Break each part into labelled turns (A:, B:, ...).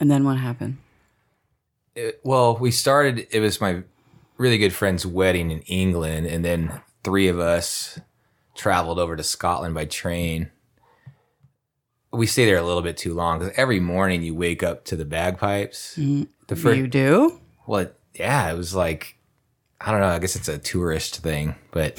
A: And then what happened?
B: it- well, we started. It was my really good friend's wedding in England, and then three of us traveled over to Scotland by train. We stayed there a little bit too long because every morning you wake up to the bagpipes. The first,
A: you do?
B: well, yeah, it was like I don't know. I guess it's a tourist thing, but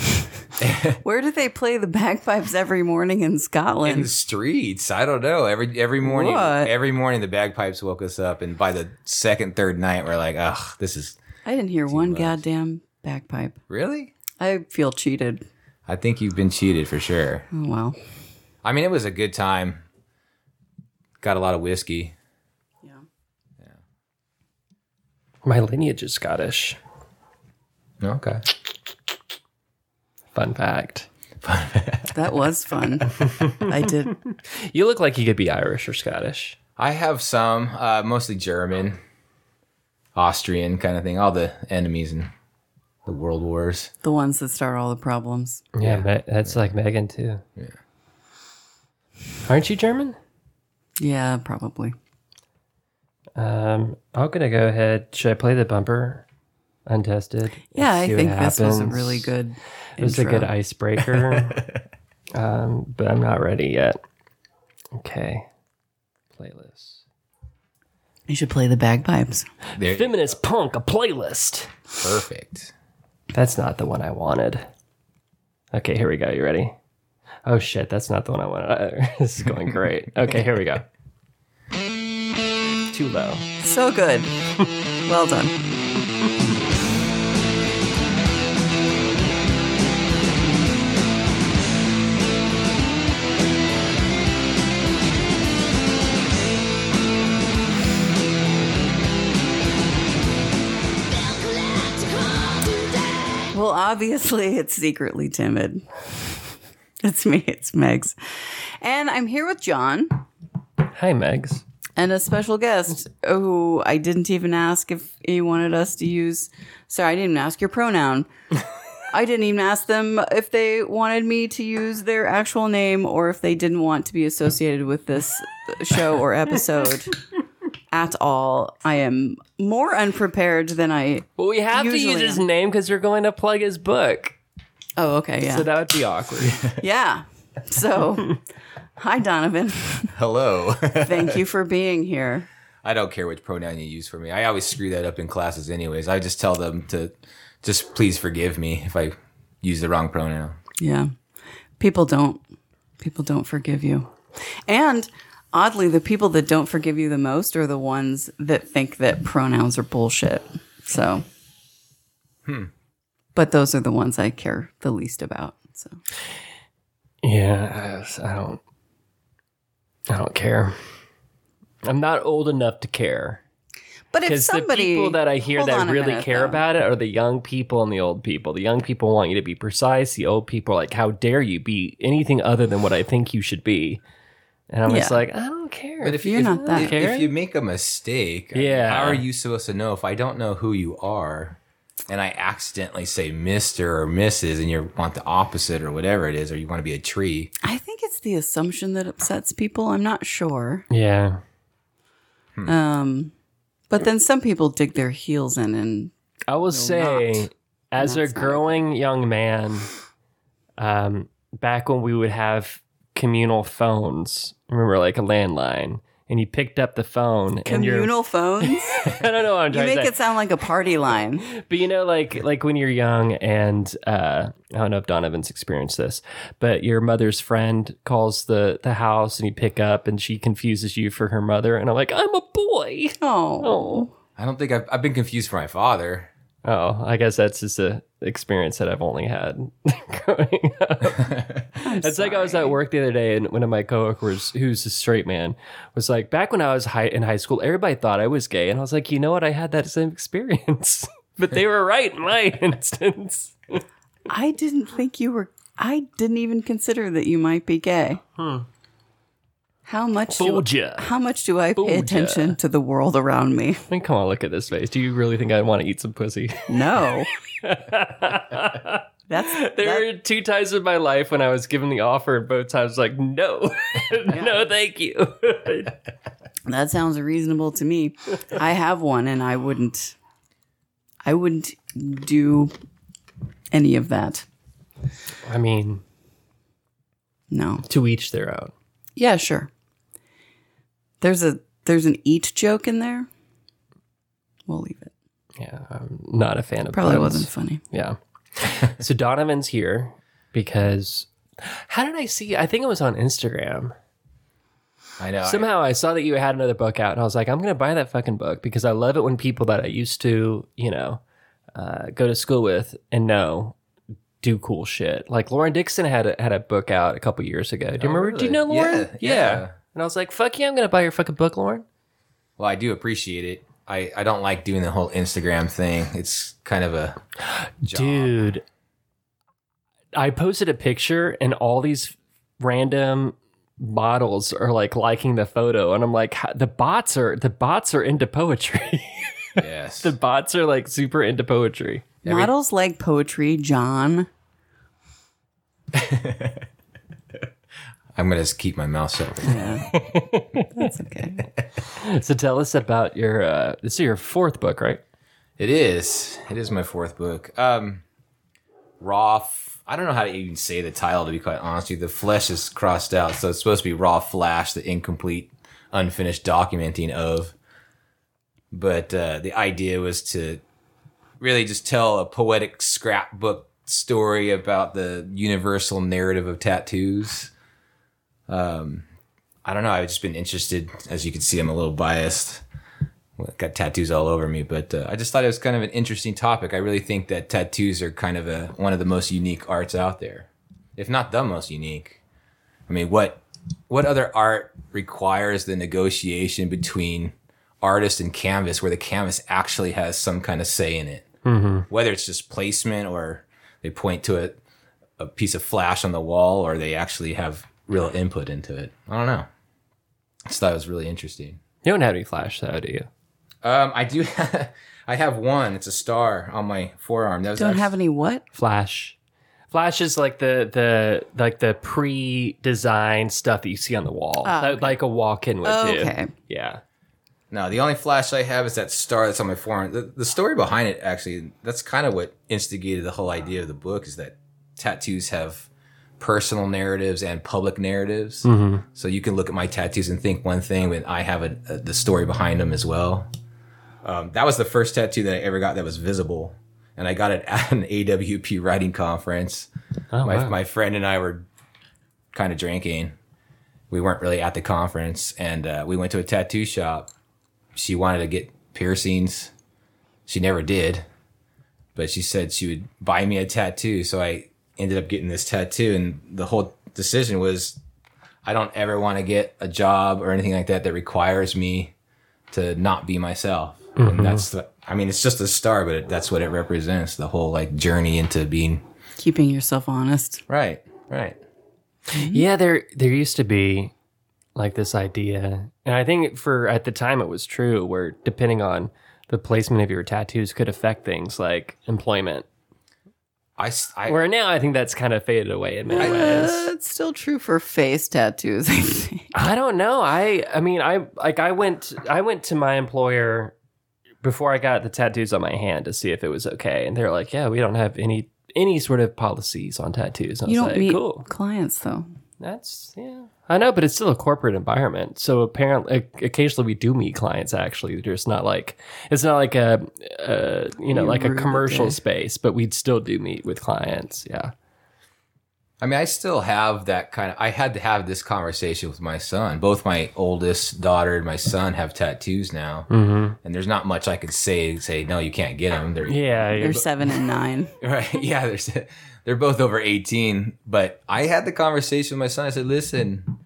A: Where do they play the bagpipes every morning in Scotland?
B: in the streets, I don't know. Every every morning,
A: What?
B: every morning the bagpipes woke us up, and by the second, third night, we're like, ugh, this is
A: I didn't hear one goddamn bagpipe.
B: really.
A: I feel cheated.
B: I think you've been cheated for sure.
A: Oh well.
B: I mean, it was a good time. Got a lot of whiskey.
A: Yeah.
C: My lineage is Scottish.
B: Okay.
C: Fun fact.
A: That was fun. I did.
C: You look like you could be Irish or Scottish.
B: I have some, uh, mostly German, Austrian kind of thing. All the enemies and the world wars.
A: The ones that start all the problems.
C: Yeah, Me- that's like Megan too. Yeah. Aren't you German?
A: Yeah, probably.
C: Um, I'm gonna go ahead. Should I play the bumper untested?
A: Yeah, I
C: See what
A: think this was a
C: happens.
A: really good.
C: It was a
A: intro.
C: good icebreaker, um, but I'm not ready yet. Okay, playlist.
A: You should play the bagpipes.
B: They're
C: Feminist punk, a playlist.
B: perfect.
C: That's not the one I wanted. Okay, here we go. You ready? Oh shit, that's not the one I wanted. either. this is going great. Okay, here we go. Too low.
A: So good. well done. Well, obviously, it's secretly timid. It's me, it's Megs. And I'm here with John
C: Hi, Megs.
A: and a special guest who I didn't even ask if he wanted us to use. Sorry, I didn't even ask your pronoun. I didn't even ask them if they wanted me to use their actual name or if they didn't want to be associated with this show or episode at all. I am more unprepared than I.
C: Well, we have to use
A: Usually
C: his
A: I'm-
C: name because we're going to plug his book.
A: Oh, okay, yeah,
C: So that would be awkward.
A: yeah. So, hi, Donovan.
B: Hello.
A: Thank you for being here.
B: I don't care which pronoun you use for me. I always screw that up in classes, anyways. I just tell them to just please forgive me if I use the wrong pronoun.
A: Yeah. People don't people don't forgive you. And oddly, the people that don't forgive you the most are the ones that think that pronouns are bullshit. So
C: Hmm.
A: But those are the ones I care the least about. So
C: Yeah, I, I don't. I don't care. I'm not old enough to care
A: But if
C: because the
A: somebody
C: people that I hear
A: Hold
C: that
A: on a
C: really
A: minute,
C: care
A: though.
C: about it are the young people and the old people. The young people want you to be precise. The old people are like, "How dare you be anything other than what I think you should be?" And I'm just
A: Yeah.
C: like, I don't care.
B: But if
A: You're
B: if-
A: not that-
B: if,
C: Karen?
B: if you make a mistake, I mean,
C: Yeah.
B: how are you supposed to know if I don't know who you are and I accidentally say Mr. or Mrs. and you want the opposite or whatever it is, or you want to be a tree?
A: I think it's the assumption that upsets people. I'm not sure.
C: yeah, Hmm.
A: Um but then some people dig their heels in and
C: I will say,
A: not.
C: as a
A: That's not okay.
C: growing young man, um, back when we would have communal phones, remember like a landline, and you picked up the phone and you're.
A: communal phones.
C: I don't know what I'm
A: you
C: trying
A: make
C: to say.
A: it sound like a party line.
C: But you know, like like when you're young, and uh, I don't know if Donovan's experienced this, but your mother's friend calls the the house, and you pick up, and she confuses you for her mother, and I'm like, I'm a boy.
A: Oh.
B: I don't think I've, I've been confused for my father.
C: Oh, I guess that's just a experience that I've only had growing up. it's like I was at work the other day, and one of my coworkers, who's a straight man, was like, "Back when I was high in high school, everybody thought I was gay," and I was like, "You know what? I had that same experience, but they were right in my instance."
A: I didn't think you were. I didn't even consider that you might be gay. How much?
C: Fooled
A: do,
C: ya.
A: How much do I pay
C: ya.
A: attention to the world around me?
C: I mean, come on, look at this face. Do you really think I want to eat some pussy?
A: No. That's
C: There
A: that,
C: were two times in my life when I was given the offer, and both times like, no, no, thank you.
A: That sounds reasonable to me. I have one and I wouldn't I wouldn't do any of that.
C: I mean,
A: No.
C: to each their own.
A: Yeah, sure. There's a there's an eat joke in there. We'll leave it.
C: Yeah, I'm not a fan of
A: Probably
C: puns.
A: wasn't funny.
C: Yeah. so Donovan's here because how did I see? I think it was on Instagram.
B: I know.
C: Somehow I saw that you had another book out, and I was like, I'm gonna buy that fucking book because I love it when people that I used to, you know, uh, go to school with and know do cool shit. Like Lauren Dixon had a, had a book out a couple years ago. Do you
B: Oh,
C: remember? Do you know
B: really?
C: Lauren?
B: Yeah, yeah.
C: And I was like, fuck yeah, I'm gonna buy your fucking book, Lauren.
B: Well, I do appreciate it. I, I don't like doing the whole Instagram thing. It's kind of a job.
C: Dude, I posted a picture and all these random models are like liking the photo and I'm like "How- the bots are the bots are into poetry.
B: Yes.
C: the bots are like super into poetry.
A: Models like poetry, John.
B: I'm gonna just keep my mouth shut.
A: That's okay.
C: So tell us about your uh this is your fourth book, right?
B: It is. It is my fourth book. Um, raw. F- I don't know how to even say the title to be quite honest. With you. The flesh is crossed out, so it's supposed to be raw flash, the incomplete, unfinished documenting of. But uh, the idea was to really just tell a poetic scrapbook story about the universal narrative of tattoos. Um, I don't know. I've just been interested. As you can see, I'm a little biased got tattoos all over me, but uh, I just thought it was kind of an interesting topic. I really think that tattoos are kind of a, one of the most unique arts out there, if not the most unique. I mean, what what other art requires the negotiation between artist and canvas, where the canvas actually has some kind of say in it, whether it's just placement or they point to a, a piece of flash on the wall, or they actually have real input into it. I don't know. I just thought it was really interesting.
C: You don't have any flash though, do you?
B: Um, I do. I have one. It's a star on my forearm. That was
A: Don't
B: actually-
A: have any what?
C: Flash. Flash is like the the like the pre-designed stuff that you see on the wall. Like- Like a walk-in would do.
A: Okay.
C: Yeah.
B: No, the only flash I have is that star that's on my forearm. The, the story behind it, actually, that's kind of what instigated the whole idea of the book is that tattoos have personal narratives and public narratives.
C: Mm-hmm.
B: So you can look at my tattoos and think one thing, but I have a, a, the story behind them as well. Um, that was the first tattoo that I ever got that was visible. And I got it at an AWP writing conference.
C: Oh,
B: my,
C: wow.
B: my friend and I were kind of drinking. We weren't really at the conference, and uh, we went to a tattoo shop. She wanted to get piercings. She never did, but she said she would buy me a tattoo. So I ended up getting this tattoo, and the whole decision was I don't ever want to get a job or anything like that that requires me to not be myself. And that's the, I mean, it's just a star, but it, that's what it represents the whole like journey into being
A: Keeping yourself honest.
B: Right, right.
C: Yeah, there there used to be like this idea, and I think for at the time it was true, where depending on the placement of your tattoos could affect things like employment.
B: I, s- I-
C: Where now I think that's kind of faded away in many ways.
A: Uh, it's still true for face tattoos, I think.
C: I don't know. I I mean I like I went I went to my employer before I got the tattoos on my hand to see if it was okay, and they're like, yeah, we don't have any any sort of policies on tattoos. And I
A: You
C: was
A: don't
C: like,
A: meet
C: cool.
A: clients though.
C: That's yeah. I know, but it's still a corporate environment. So apparently, occasionally we do meet clients. Actually, there's not like it's not like a, a you know
A: You
C: like a
A: ruined the
C: commercial
A: day.
C: space, but we still do meet with clients. Yeah.
B: I mean, I still have that kind of. I had to have this conversation with my son. Both my oldest daughter and my son have tattoos now,
C: Mm-hmm.
B: and there's not much I could say. Say no, you can't get them. They're
C: Yeah.
A: They're
C: you're-
A: seven and nine.
B: right. Yeah, there's. They're both over 18, but I had the conversation with my son. I said, "Listen,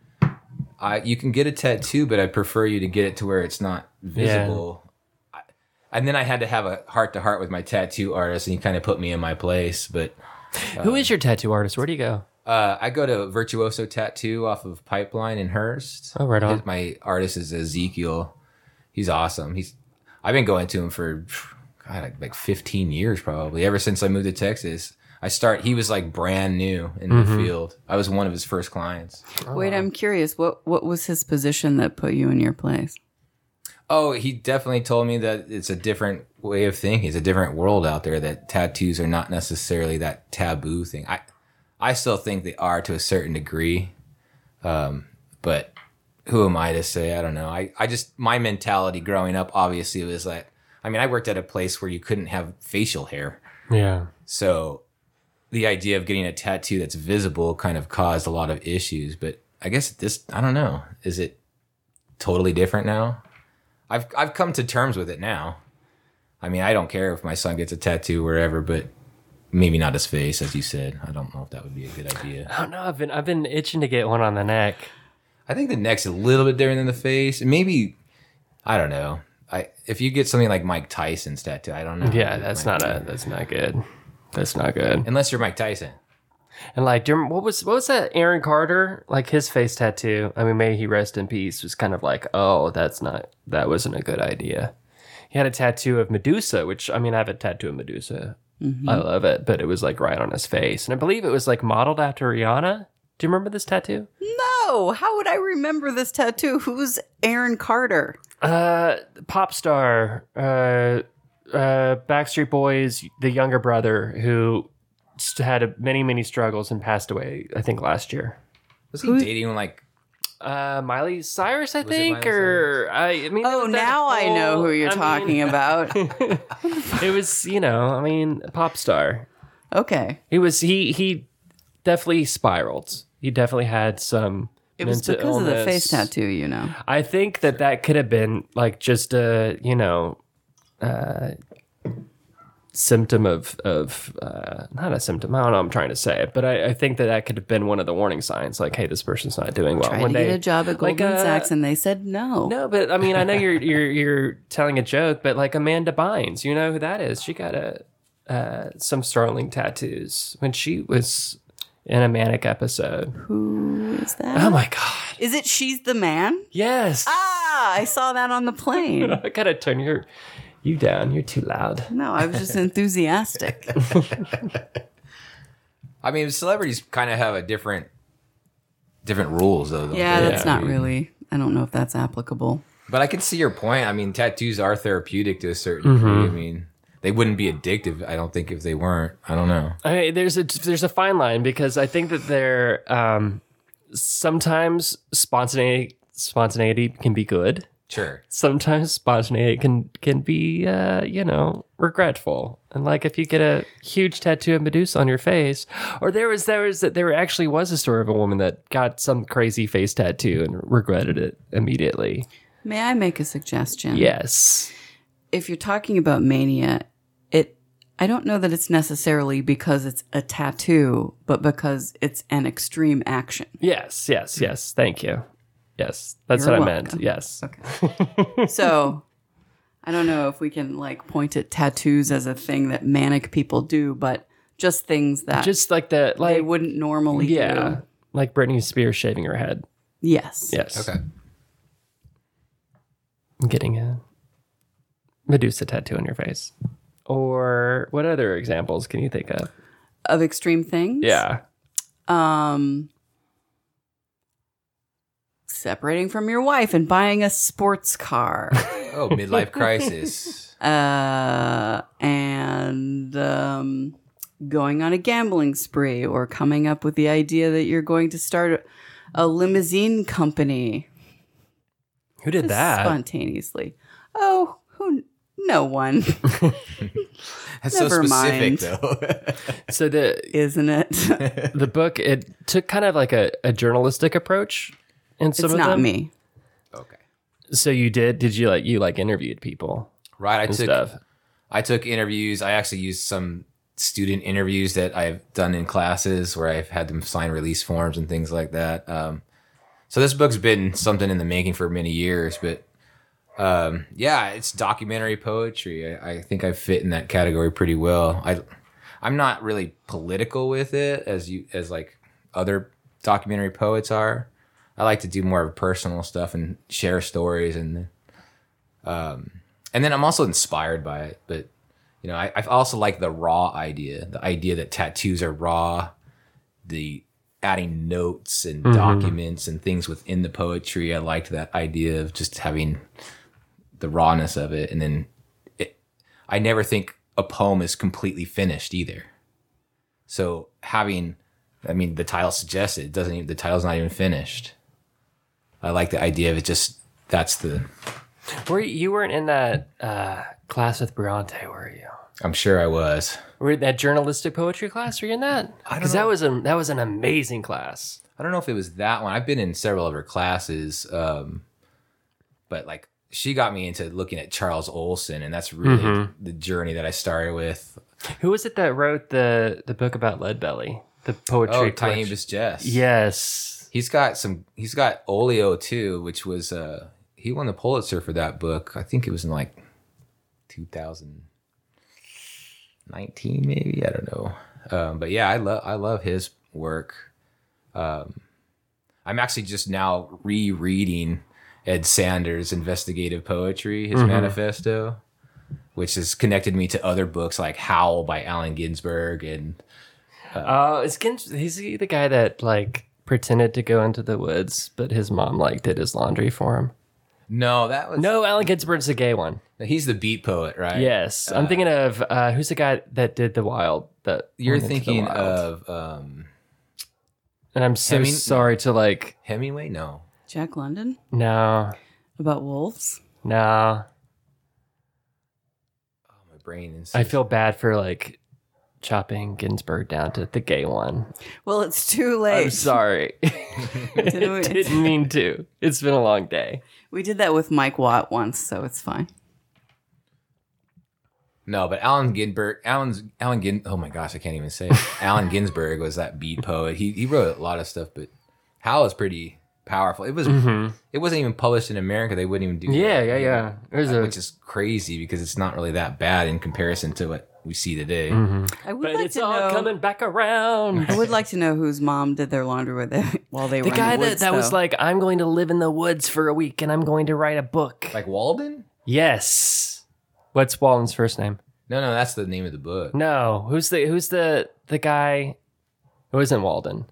B: I you can get a tattoo, but I prefer you to get it to where it's not visible." I, and then I had to have a heart to heart with my tattoo artist, and he kind of put me in my place. But
C: Who is your tattoo artist? Where do you go?
B: Uh, I go to Virtuoso Tattoo off of Pipeline in Hearst.
C: Oh, right on.
B: His- my artist is Ezekiel. He's awesome. He's I've been going to him for God, like- like 15 years probably. Ever since I moved to Texas, I start. He was like brand new in
C: Mm-hmm.
B: the field. I
A: Oh,
B: was one of his first clients.
A: Wait, I'm curious. What what was his position that put you in your place?
B: Oh, he definitely told me that it's a different way of thinking. It's a different world out there that tattoos are not necessarily that taboo thing. I I still think they are to a certain degree. Um, but who am I to say? I don't know. I, I just my mentality growing up obviously was that I mean, I worked at a place where you couldn't have facial hair.
C: Yeah.
B: So the idea of getting a tattoo that's visible kind of caused a lot of issues. But I guess this, I don't know. Is it totally different now? I've, I've come to terms with it now. I mean, I don't care if my son gets a tattoo wherever, but maybe not his face, as you said. I don't know if that would be a good idea.
C: I don't know. I've been I've been itching to get one on the neck.
B: I think the neck's a little bit different than the face. Maybe, I don't know. I, if you get something like Mike Tyson's tattoo, I don't know.
C: Yeah, that's
B: Might
C: not a that's not good. That's not good.
B: unless you're Mike Tyson.
C: And like, do you remember- what was what was that Aaron Carter like his face tattoo? I mean, may he rest in peace. Was kind of like, oh, that's not that wasn't a good idea. He had a tattoo of Medusa, which I mean, I have a tattoo of Medusa. I love it, but it was like right on his face, and I believe it was like modeled after Rihanna. Do you remember this tattoo?
A: No, how would I remember this tattoo? Who's Aaron Carter?
C: Uh, pop star, uh, uh, Backstreet Boys, the younger brother who st- had a, many, many struggles and passed away, I think, last year.
B: Was he dating like
C: Uh, Miley Cyrus, I
B: Was it
C: think,
B: Miley
C: or I, I mean,
A: Oh,
C: that
A: now I know
C: whole-
A: who you're
C: I mean,
A: talking about.
C: It was, you know, I mean, pop star.
A: Okay.
C: He was, he, he definitely spiraled. He definitely had some.
A: It was
C: mental
A: because of the face
C: illness.
A: tattoo, you know.
C: I think that that could have been like just a you know, uh, symptom of of uh, not a symptom. I don't know. What I'm trying to say, but I, I think that that could have been one of the warning signs. Like, hey, this person's not doing well.
A: Tried
C: Oh, When
A: to
C: they-
A: get a job at
C: like,
A: Goldman
C: uh,
A: Sachs and they said no.
C: No, but I mean, I know you're you're you're telling a joke, but like Amanda Bynes, you know who that is? She got a uh, some startling tattoos when she was in a manic episode.
A: Who is that?
C: Oh my god!
A: Is it She's the Man?
C: Yes.
A: Ah, I saw that on the plane.
C: I gotta turn your you down. You're too loud.
A: No, I was just enthusiastic.
B: I mean, celebrities kind of have a different different rules though. don't
A: Yeah,
B: they?
A: that's not really. I don't know if that's applicable.
B: But I can see your point. I mean, tattoos are therapeutic to a certain degree. I mean, they wouldn't be addictive. I don't think if they weren't. I don't know.
C: I mean, there's a there's a fine line because I think that there um, sometimes spontaneity spontaneity can be good.
B: Sure.
C: Sometimes spontaneity can can be uh, you know regretful. And like if you get a huge tattoo of Medusa on your face, or there was there was there actually was a story of a woman that got some crazy face tattoo and regretted it immediately.
A: May I make a suggestion?
C: Yes.
A: If you're talking about mania, it I don't know that it's necessarily because it's a tattoo, but because it's an extreme action.
C: Yes. Yes. Yes. Thank you. Yes, that's
A: You're
C: what I
A: welcome.
C: meant. Yes.
A: So I don't know if we can like point at tattoos as a thing that manic people do, but just things that
C: Just like the
A: they
C: like
A: wouldn't normally
C: Yeah.
A: do.
C: Like Britney Spears shaving her head.
A: Yes.
C: Yes.
B: Okay.
C: Getting a Medusa tattoo on your face. Or what other examples can you think of?
A: Of extreme things.
C: Yeah.
A: Um separating from your wife and buying a sports car.
B: Oh, midlife crisis.
A: uh, and um, going on a gambling spree or coming up with the idea that you're going to start a limousine company
C: Who did
A: Just
C: that?
A: spontaneously. Oh, who? No one,
B: That's so
A: Never
B: specific
A: mind.
B: though.
C: So the
A: isn't it?
C: the book it took kind of like a, a journalistic approach in some
A: it's
C: of
A: not
C: them.
A: me.
B: okay.
C: So you did did you like you like interviewed people
B: Right. I
C: and
B: took
C: stuff.
B: I took interviews. I actually used some student interviews that I've done in classes where I've had them sign release forms and things like that. Um, so this book's been something in the making for many years, but um, yeah, it's documentary poetry. I, I think I fit in that category pretty well. I I'm not really political with it as you as like other documentary poets are. I like to do more of personal stuff and share stories and and then I'm also inspired by it. But you know, I, I also like the raw idea, the idea that tattoos are raw, the adding notes and documents and things within the poetry. I liked that idea of just having the rawness of it, and then it, I never think a poem is completely finished either. So having, I mean, the title suggests it, it doesn't even the title's not even finished. I like the idea of it. Just that's the.
C: Were you, you weren't in that uh, class with Bronte, were you?
B: I'm sure I was.
C: Were you in that journalistic poetry class? Were you in that?
B: don't
C: Because that was a that was an amazing class.
B: I don't know if it was that one. I've been in several of her classes, um, but like she got me into looking at Charles Olson, and that's really the journey that I started with.
C: Who was it that wrote the the book about Lead Belly? The poetry.
B: Oh,
C: collection?
B: Tiny Miss Jess.
C: Yes.
B: he's got some. He's got Olio too, which was uh, he won the Pulitzer for that book. I think it was in like 2019, maybe. I don't know. Um, but yeah, I love I love his work. Um, I'm actually just now rereading Ed Sanders' investigative poetry, his manifesto, which has connected me to other books like Howl by Allen Ginsberg and
C: Uh, is Gins- he's the guy that like pretended to go into the woods, but his mom like did his laundry for him.
B: no, that was
C: No, Allen Ginsberg's the gay one.
B: He's the beat poet, right?
C: Yes, I'm thinking of uh, who's the guy that did the Wild that
B: You're
C: went into the
B: thinking
C: Wild?
B: of um,
C: and I'm so
B: Heming-
C: sorry to like.
B: Hemingway? No,
A: Jack London
C: No,
A: about wolves.
C: no,
B: oh, my brain is.
C: I feel bad for like chopping Ginsburg down to the gay one.
A: Well, it's too late.
C: I'm sorry,
A: Didn't we-
C: didn't mean to. It's been a long day.
A: We did that with Mike Watt once, so it's fine.
B: No, but Allen Ginsberg, Allen's Allen Gin. Oh my gosh, I can't even say. it. Allen Ginsberg was that beat poet. He he wrote a lot of stuff, but Howl is pretty powerful. It was it wasn't even published in America. They wouldn't even do.
C: Mm-hmm. Yeah,
B: that,
C: yeah, yeah. There's a
B: Which is crazy because it's not really that bad in comparison to what we see today.
C: Mm.
A: I would
C: Mm-hmm. but
A: like
C: it's
A: to
C: all
A: know.
C: coming back around.
A: I would like to know whose mom did their laundry with it while they
C: The
A: were
C: guy
A: in the woods,
C: that, that was
A: though.
C: like, I'm going to live in the woods for a week and I'm going to write a book.
B: Like Walden?
C: yes. What's Walden's first name?
B: No, no, that's the name of the book.
C: No. Who's the who's the the guy who isn't Walden?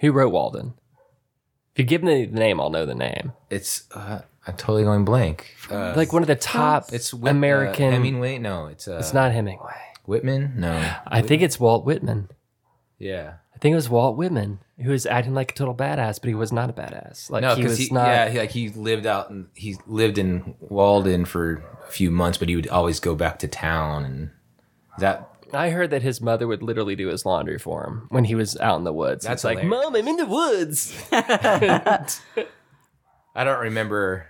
C: Who wrote Walden? If you give me the name, I'll know the name.
B: It's uh, I'm totally going blank. Uh,
C: Like one of the top
B: it's Whit- uh,
C: American.
B: Hemingway. No, it's uh,
C: it's not Hemingway.
B: Whitman. No,
C: I think it's Walt Whitman.
B: yeah.
C: I think it was Walt Whitman who was acting like a total badass, but he was not a badass. Like
B: No,
C: he
B: because
C: was
B: he,
C: not.
B: yeah, he, like he lived out in, he lived in Walden for a few months, but he would always go back to town and that.
C: I heard that his mother would literally do his laundry for him when he was out in the woods.
B: That's
C: That's like,
B: hilarious.
C: Mom, I'm in the woods.
B: I don't remember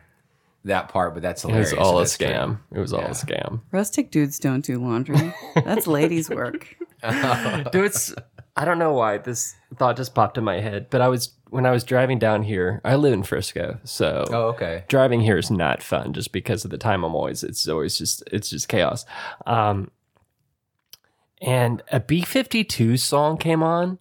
B: that part, but that's
C: It
B: hilarious.
C: was all a
B: That's true.
C: scam. It was all a scam.
A: Rustic dudes don't do laundry. That's ladies' work.
C: Dude, it's I don't know why this thought just popped in my head, but I was when I was driving down here. I live in Frisco, so
B: Oh, okay.
C: driving here is not fun just because of the time I'm always it's always just it's just chaos. Um and a B52 song came on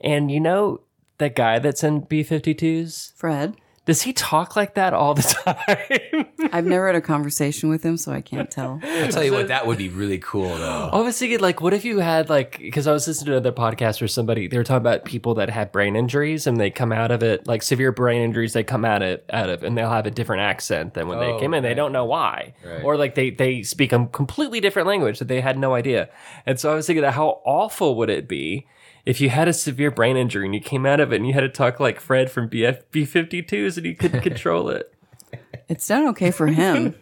C: and you know that guy that's in B52s?
A: Fred,
C: Does he talk like that all the time?
A: I've never had a conversation with him, so I can't tell.
B: I'll tell you what, that would be really cool though.
C: I was thinking, like, what if you had, like, because I was listening to another podcast where somebody, they were talking about people that had brain injuries and they come out of it, like severe brain injuries, they come out of, out of and they'll have a different accent than when
B: Oh,
C: they came in. They don't know why.
B: Right.
C: Or, like, they, they speak a completely different language that they had no idea. And so I was thinking, how awful would it be if you had a severe brain injury and you came out of it and you had to talk like Fred from BF, B52s and you couldn't control it?
A: It's done okay for him.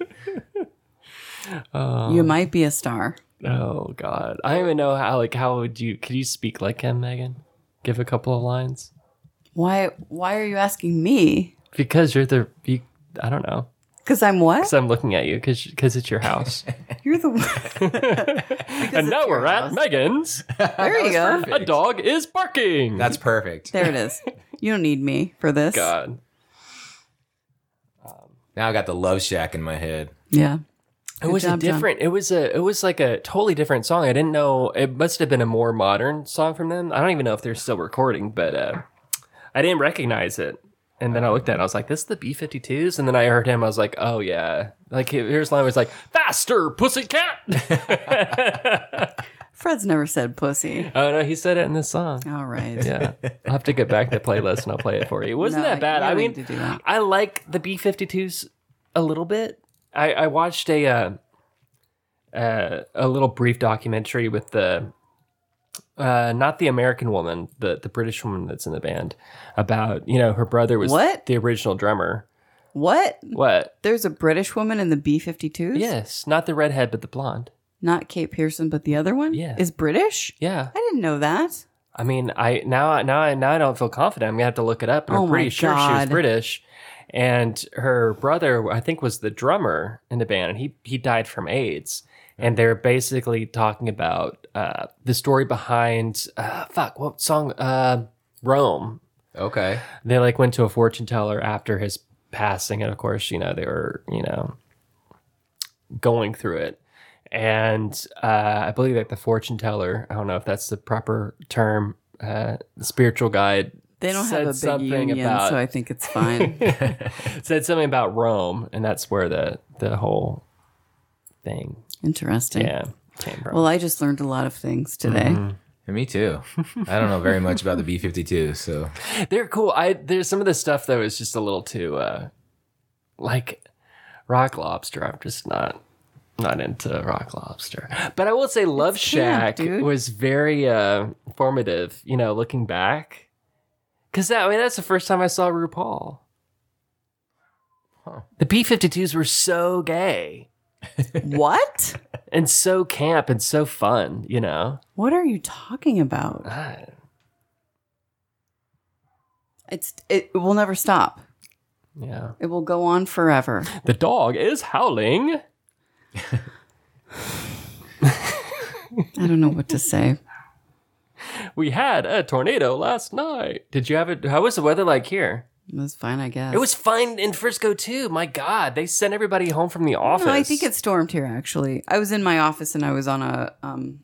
A: you might be a star.
C: Oh, God. I don't even know how, like, how would you, could you speak like him, Megan? Give a couple of lines?
A: Why? Why are you asking me?
C: Because you're the you, I don't know.
A: Because I'm what?
C: Because I'm looking at you because it's your house.
A: You're the one.
C: and now we're at
A: house.
C: Megan's.
A: There you go.
C: A dog is barking.
B: That's perfect.
A: There it is. You don't need me for this.
C: God.
B: Now I got the love shack in my head.
A: Yeah.
C: It was
A: job,
C: a
A: John.
C: different. It was a. It was like a totally different song. I didn't know. It must have been a more modern song from them. I don't even know if they're still recording, but uh, I didn't recognize it. And then I looked at it. I was like, "This is the B52s." And then I heard him. I was like, "Oh yeah." Like here's line was like, "Faster, pussycat."
A: Fred's never said pussy.
C: oh no, he said it in this song.
A: All right.
C: Yeah, I'll have to get back to the playlist and I'll play it for you. It wasn't
A: No,
C: that bad.
A: you
C: I
A: don't
C: mean,
A: need to do that.
C: I like the B52s a little bit. I, I watched a uh, uh, a little brief documentary with the uh, not the American woman, the the British woman that's in the band about you know her brother was
A: What?
C: the original drummer.
A: What?
C: What?
A: There's a British woman in the B 52s?
C: Yes, not the redhead, but the blonde.
A: Not Kate Pearson, but the other one?
C: Yeah.
A: Is British?
C: Yeah,
A: I didn't know that.
C: I mean, I now now I now I don't feel confident. I'm gonna have to look it up. But
A: Oh
C: I'm
A: my
C: pretty sure she was
A: God.
C: British, and her brother, I think, was the drummer in the band, and he he died from AIDS. And they're basically talking about uh, the story behind uh, fuck what song uh, Rome.
B: Okay.
C: They like went to a fortune teller after his passing, and of course, you know they were you know going through it. And uh, I believe like the fortune teller, I don't know if that's the proper term, uh, the spiritual guide
A: They don't
C: Said
A: have a big
C: something
A: union,
C: about-
A: so I think it's fine.
C: said something about Rome, and that's where the the whole thing
A: Interesting.
C: yeah came from.
A: Well, I just learned a lot of things today.
B: And me too. I don't know very much about the B 52, so
C: They're cool. I there's some of the stuff though is just a little too uh, like Rock Lobster. I'm just not not into Rock Lobster, but I will say Love
A: camp,
C: Shack
A: dude.
C: was very uh, formative. You know, looking back, because that I mean that's the first time I saw RuPaul. The B52s were so gay Mm-hmm.
A: What?
C: and so camp and so fun, you know.
A: What are you talking about?
C: Ah,
A: It's it will never stop.
C: yeah.
A: It will go on forever.
C: The dog is howling.
A: I don't know what to say.
C: We had a tornado last night. Did you have it? How was the weather like here?
A: It was fine, I guess.
C: It was fine in Frisco too. My God, they sent everybody home from the office.
A: No, I think it stormed here actually. I was in my office and I was on a um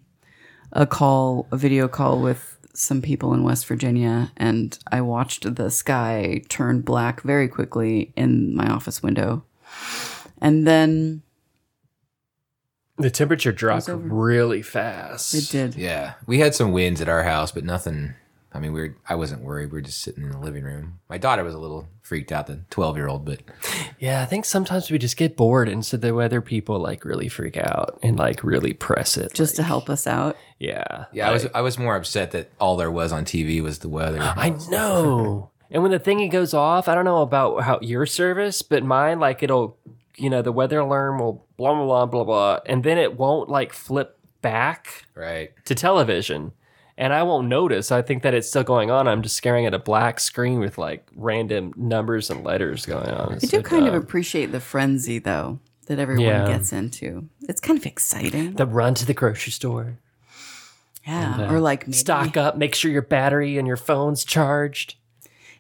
A: a call, a video call with some people in West Virginia and I watched the sky turn black very quickly in my office window. And then
C: the temperature dropped
A: over.
C: really fast.
A: it did.
B: yeah. We had some winds at our house, but nothing. I mean, we were, I wasn't worried. We were just sitting in the living room. My daughter was a little freaked out, the 12 year old, but
C: Yeah, I think sometimes we just get bored, and so the weather people like really freak out and like really press it.
A: Just to help us out.
C: yeah,
B: yeah, I was, I was more upset that all there was on TV was the weather.
C: I know. and when the thingy goes off, I don't know about how your service, but mine like it'll, you know, the weather alarm will blah blah blah blah blah, and then it won't like flip back
B: right.
C: to television, and I won't notice. I think that it's still going on. I'm just staring at a black screen with like random numbers and letters going on. uh,
A: I do kind of appreciate the frenzy though that everyone
C: Yeah.
A: gets into. It's kind of exciting.
C: the run to the grocery store,
A: yeah. or like maybe
C: uh, stock up, make sure your battery and your phone's charged.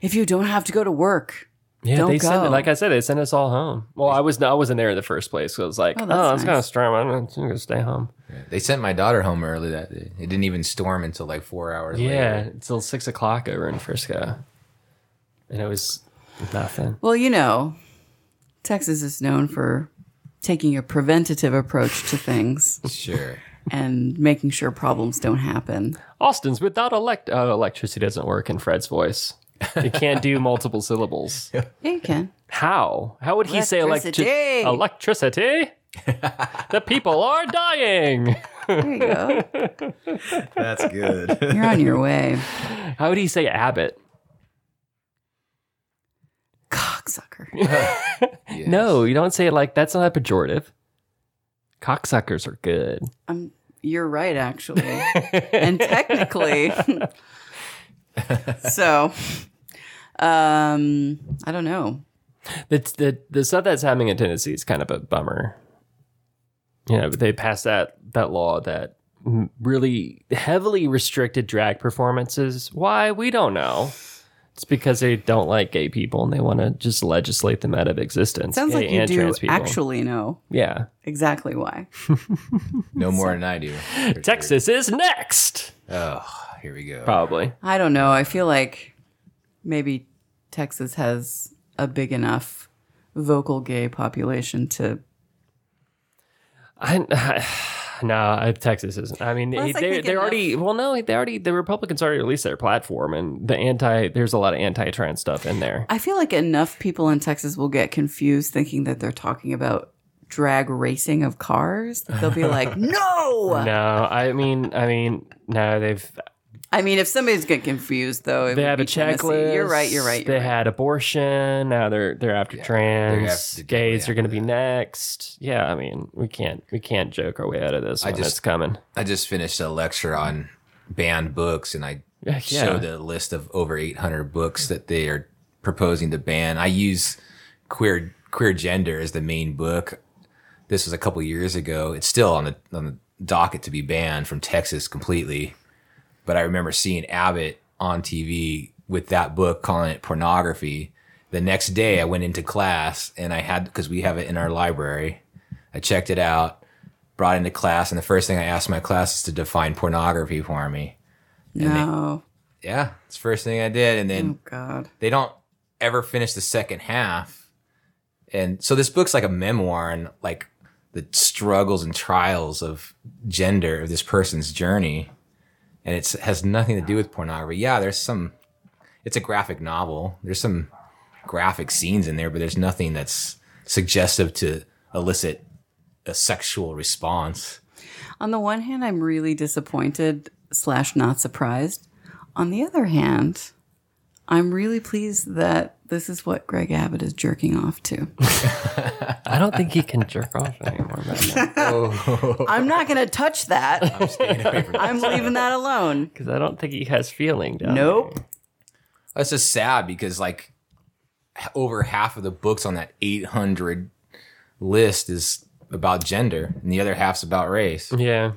A: if you don't have to go to work.
C: Yeah,
A: Don't
C: they sent
A: go.
C: it. Like I said, they sent us all home. Well, I was I wasn't there in the first place. So I was like, oh,
A: Oh, that's
C: it's kind of
A: nice.
C: storm. I'm gonna, I'm gonna stay home.
B: They sent my daughter home early that day. It didn't even storm until like four hours
C: Yeah,
B: later.
C: until six o'clock over in Frisco, and it was nothing.
A: Well, you know, Texas is known for taking a preventative approach to things
B: Sure.
A: and making sure problems don't happen.
C: Austin's without elect oh, electricity doesn't work in Fred's voice. You can't do multiple syllables.
A: Yeah, you can.
C: How? How would he say electricity?
A: Electricity.
C: Electricity. the people are dying.
A: There you go.
B: That's good.
A: You're on your way.
C: How would he say Abbott?
A: Cocksucker.
C: No, you don't say it like that's not a pejorative. Cocksuckers are good.
A: I'm, Um, you're right, actually. and technically, so um, I don't know.
C: The, the the stuff that's happening in Tennessee is kind of a bummer. You know, but they passed that that law that m- really heavily restricted drag performances. Why we don't know. It's because they don't like gay people and they want to just legislate them out of existence.
A: Sounds like
C: gay
A: you
C: and
A: do
C: trans people.
A: actually know
C: Yeah,
A: exactly why.
B: No more than I do.
C: Texas is next.
B: Oh, here we go.
C: Probably.
A: I don't know. I feel like maybe Texas has a big enough vocal gay population to.
C: I, no, I, Texas isn't. I mean,
A: Well, it's like
C: they,
A: we
C: they're
A: can-
C: already, well, no, they already, the Republicans already released their platform and the anti, there's a lot of anti trans stuff in there.
A: I feel like enough people in Texas will get confused thinking that they're talking about drag racing of cars, they'll be like, no.
C: No, I mean, I mean, no, they've
A: I mean, if somebody's getting confused, though, it
C: they
A: would
C: have
A: be
C: a
A: Tennessee.
C: checklist.
A: You're right. You're right.
C: they
A: You're right.
C: had abortion. Now they're they're after
B: they're
C: trans.
B: after-
C: Gays
B: yeah.
C: are going to be next. Yeah, I mean, we can't we can't joke our way out of this.
B: I
C: one.
B: just-
C: it's coming.
B: I just finished a lecture on banned books, and I
C: Yeah.
B: showed a list of over 800 books that they are proposing to ban. I use queer queer gender as the main book. This was a couple years ago. It's still on the on the docket to be banned from Texas completely. But I remember seeing Abbott on TV with that book calling it pornography. The next day I went into class and I had cuz we have it in our library. I checked it out, brought it into class and the first thing I asked my class is to define pornography for me.
A: No.
B: Yeah, it's the first thing I did, and then
A: Oh God.
B: they don't ever finish the second half. And so this book's like a memoir and like the struggles and trials of gender of this person's journey, and it has nothing to do with pornography. Yeah, there's some. It's a graphic novel. There's some graphic scenes in there, but there's nothing that's suggestive to elicit a sexual response.
A: On the one hand, I'm really disappointed slash not surprised. On the other hand, I'm really pleased that this is what Greg Abbott is jerking off to.
C: I don't think he can jerk off anymore. Because
A: I'm not going to touch that.
B: I'm staying away from
A: I'm leaving that alone.
C: I don't think he has feeling. Down
A: Nope.
B: That's just sad because like h- over half of the books on that 800 list is about gender and the other half's about race.
C: there. Yeah.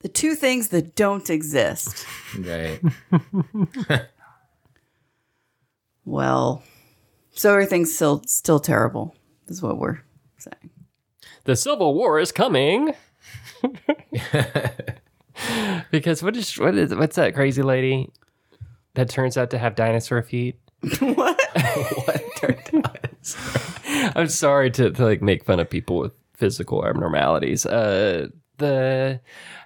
A: The two things that don't exist.
B: Right.
A: Well, so everything's still still terrible. Is what we're saying.
C: the Civil War is coming. because what is what is what's that crazy lady that turns out to have dinosaur feet? what? what? I'm sorry to, to like make fun of people with physical abnormalities. Uh, the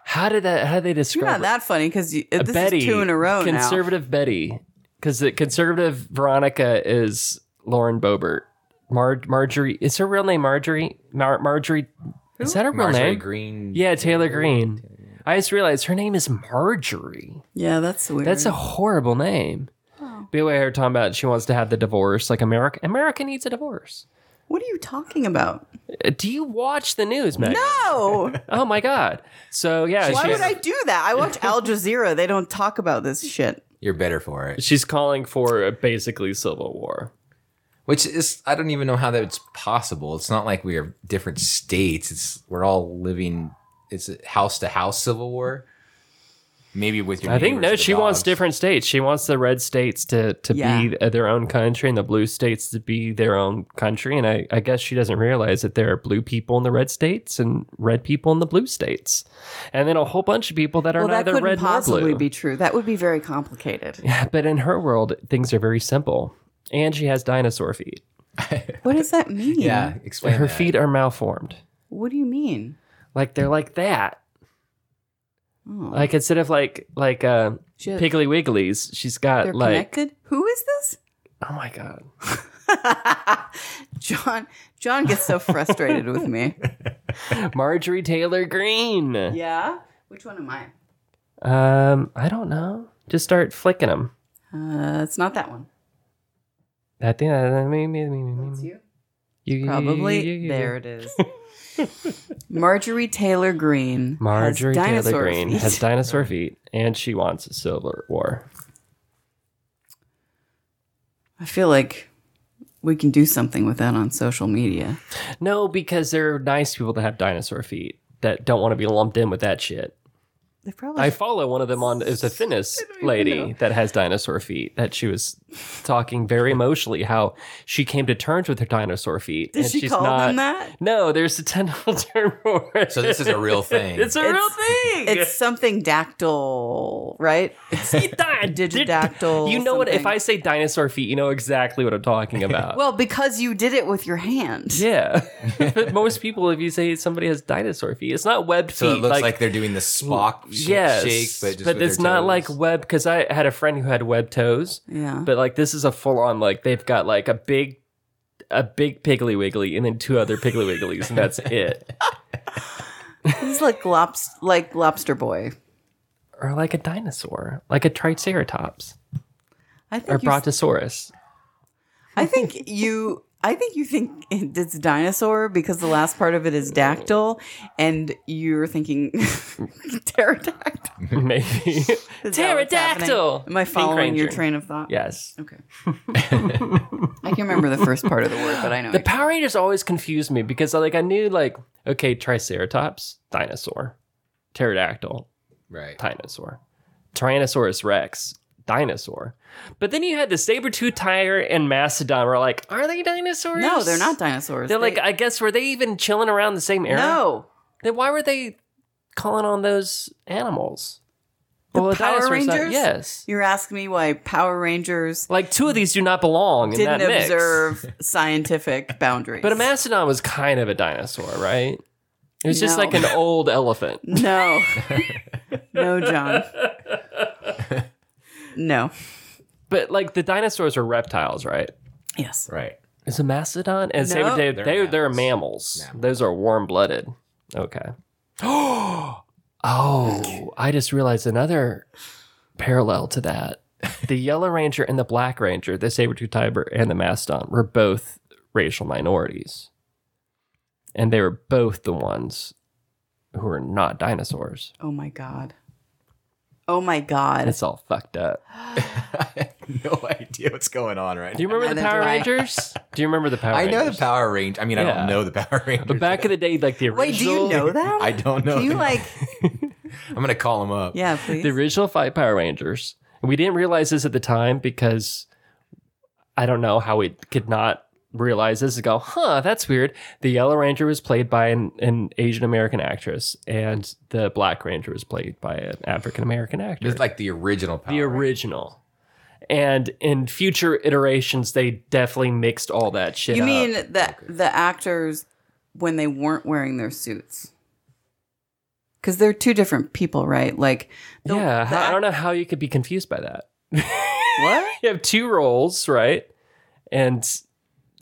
C: how did that how did they describe
A: You're not that funny because this
C: Betty
A: is two in a row now.
C: conservative Betty because the conservative Veronica is Lauren Boebert. Mar- Marjorie is her real name Marjorie Mar- Marjorie is that her real
B: Marjorie
C: name?
B: Green.
C: Yeah, Taylor Green. I just realized her name is Marjorie.
A: Yeah, that's weird.
C: That's a horrible name.
A: Oh.
C: Be way her talking about she wants to have the divorce. Like America, America needs a divorce.
A: What are you talking about?
C: Uh, Do you watch the news, Meg?
A: No.
C: Oh my god! So yeah,
A: Why
C: she-
A: would I do that? I watch Al Jazeera. They don't talk about this shit.
B: You're better for it.
C: she's calling for a basically civil war.
B: Which is I don't even know how that's possible. It's not like we are different states. It's we're all living it's a house to house civil war. Maybe with your
C: I think
B: neighbors
C: no,
B: with
C: she
B: the
C: wants
B: dogs.
C: different states. She wants the red states to to
A: Yeah.
C: be uh, their own country and the blue states to be their own country. And I, I guess she doesn't realize that there are blue people in the red states and red people in the blue states, and then a whole bunch of people that are
A: Well, that
C: neither
A: couldn't
C: red nor
A: possibly
C: blue.
A: be true. That would be very complicated.
C: but in her world, things are very simple. And she has dinosaur feet.
A: What does that mean?
B: Yeah, explain
C: Her
B: that.
C: feet are malformed.
A: What do you mean?
C: Like they're like that.
A: Oh.
C: Like instead of like like uh,
A: She has-
C: Piggly Wigglies, she's got
A: They're
C: like
A: connected. Who is this?
C: oh my god.
A: John. John gets so frustrated with me.
C: Marjorie Taylor Green.
A: Yeah. Which one am I?
C: Um, I don't know. Just start flicking them.
A: Uh, it's not that one.
C: I think I mean, me, me, me, me,
A: It's
C: me.
A: you.
C: You- you- you- you-
A: Probably
C: you-
A: there it is. Marjorie Taylor Green. has
C: Marjorie Taylor
A: dinosaur
C: Green
A: feet.
C: has dinosaur feet, and she wants a silver war.
A: I feel like we can do something with that on social media.
C: No, because there are nice people that have dinosaur feet that don't want to be lumped in with that shit.
A: They probably
C: I follow one of them on. It was a Finnish lady that has dinosaur feet. That she was talking very emotionally how she came to terms with her dinosaur feet.
A: did
C: and
A: she
C: she's
A: call
C: not,
A: them that?
C: No, there's a technical term for it.
B: So this is a real thing.
C: It's a real thing.
A: It's something dactyl, right? Digidactyl,
C: You know what? If
A: something.
C: I say dinosaur feet, you know exactly what I'm talking about.
A: Well, because you did it with your hand.
C: yeah. but most people, if you say somebody has dinosaur feet, it's not webbed
B: so
C: feet.
B: it looks like, they're doing the Spock sh-
C: yes,
B: shake, but just with
C: it's
B: their
C: not
B: toes.
C: like web because I had a friend who had web toes.
A: Yeah.
C: But like this is a full on like they've got like a big a big Piggly Wiggly and then two other Piggly Wigglies, and that's it.
A: He's like lobster, like lobster boy.
C: Or like a dinosaur, like a Triceratops
A: I
C: or
A: think. You,
C: Brontosaurus.
A: I think you. I think you think it's dinosaur because the last part of it is dactyl, and you're thinking pterodactyl.
C: Maybe.
A: Is that what's happening?
C: Pterodactyl!
A: Am I
C: Pink
A: following your
C: Ranger.
A: train of thought?
C: yes.
A: Okay. I can remember the first part of the word, but I know.
C: The
A: I-
C: Power Rangers always confused me because like I knew like okay, Triceratops, dinosaur, pterodactyl,
B: Right.
C: dinosaur, Tyrannosaurus rex, dinosaur. But then you had the saber-tooth tiger and mastodon were like, are they dinosaurs?
A: no, they're not dinosaurs.
C: They're like,
A: They-
C: I guess were they even chilling around the same era?
A: no.
C: Then why were they calling on those animals?
A: The
C: a
A: Power
C: dinosaur's not-
A: Rangers?
C: yes.
A: You're asking me why Power Rangers
C: Like two of these do not belong in
A: didn't
C: that mix.
A: observe scientific boundaries.
C: But a mastodon was kind of a dinosaur, right? It was just
A: No.
C: like an old elephant.
A: No. no, John. No.
C: But like the dinosaurs are reptiles, right?
A: Yes.
B: Right.
C: Is a mastodon and
A: No.
C: saber they
B: They're
C: they they're mammals.
B: Mammals.
C: Those are warm blooded. Okay. oh, I just realized another parallel to that. The Yellow Ranger and the Black Ranger, the saber-tooth tiger and the mastodon were both racial minorities. And they were both the ones who are not dinosaurs.
A: Oh my god. Oh my
C: And
A: god.
C: it's all fucked up.
B: I have no idea what's going on right
C: Do you remember the
A: Neither
C: Power
A: do I.
C: Rangers? Do you remember the Power
B: now. I
C: Rangers?
B: know the Power Ranger. I mean, I
C: Yeah.
B: don't know the Power Ranger.
C: But back in the day, like the original,
A: Wait, do you know that?
B: I don't know.
A: Do you
B: them.
A: like
B: I'm gonna call him up.
A: Yeah, please.
C: the original five Power Rangers. And we didn't realize this at the time because I don't know how we could not realize this and go, huh, that's weird. The Yellow Ranger was played by an, an Asian American actress, and the Black Ranger was played by an African American actor.
B: Just like the original Power.
C: the original. And in future iterations, they definitely mixed all that shit
A: you
C: up.
A: mean the the actors when they weren't wearing their suits? Because they're two different people, right? Like, the,
C: yeah,
A: the
C: I
A: act-
C: don't know how you could be confused by that.
A: what?
C: you have two roles, right? And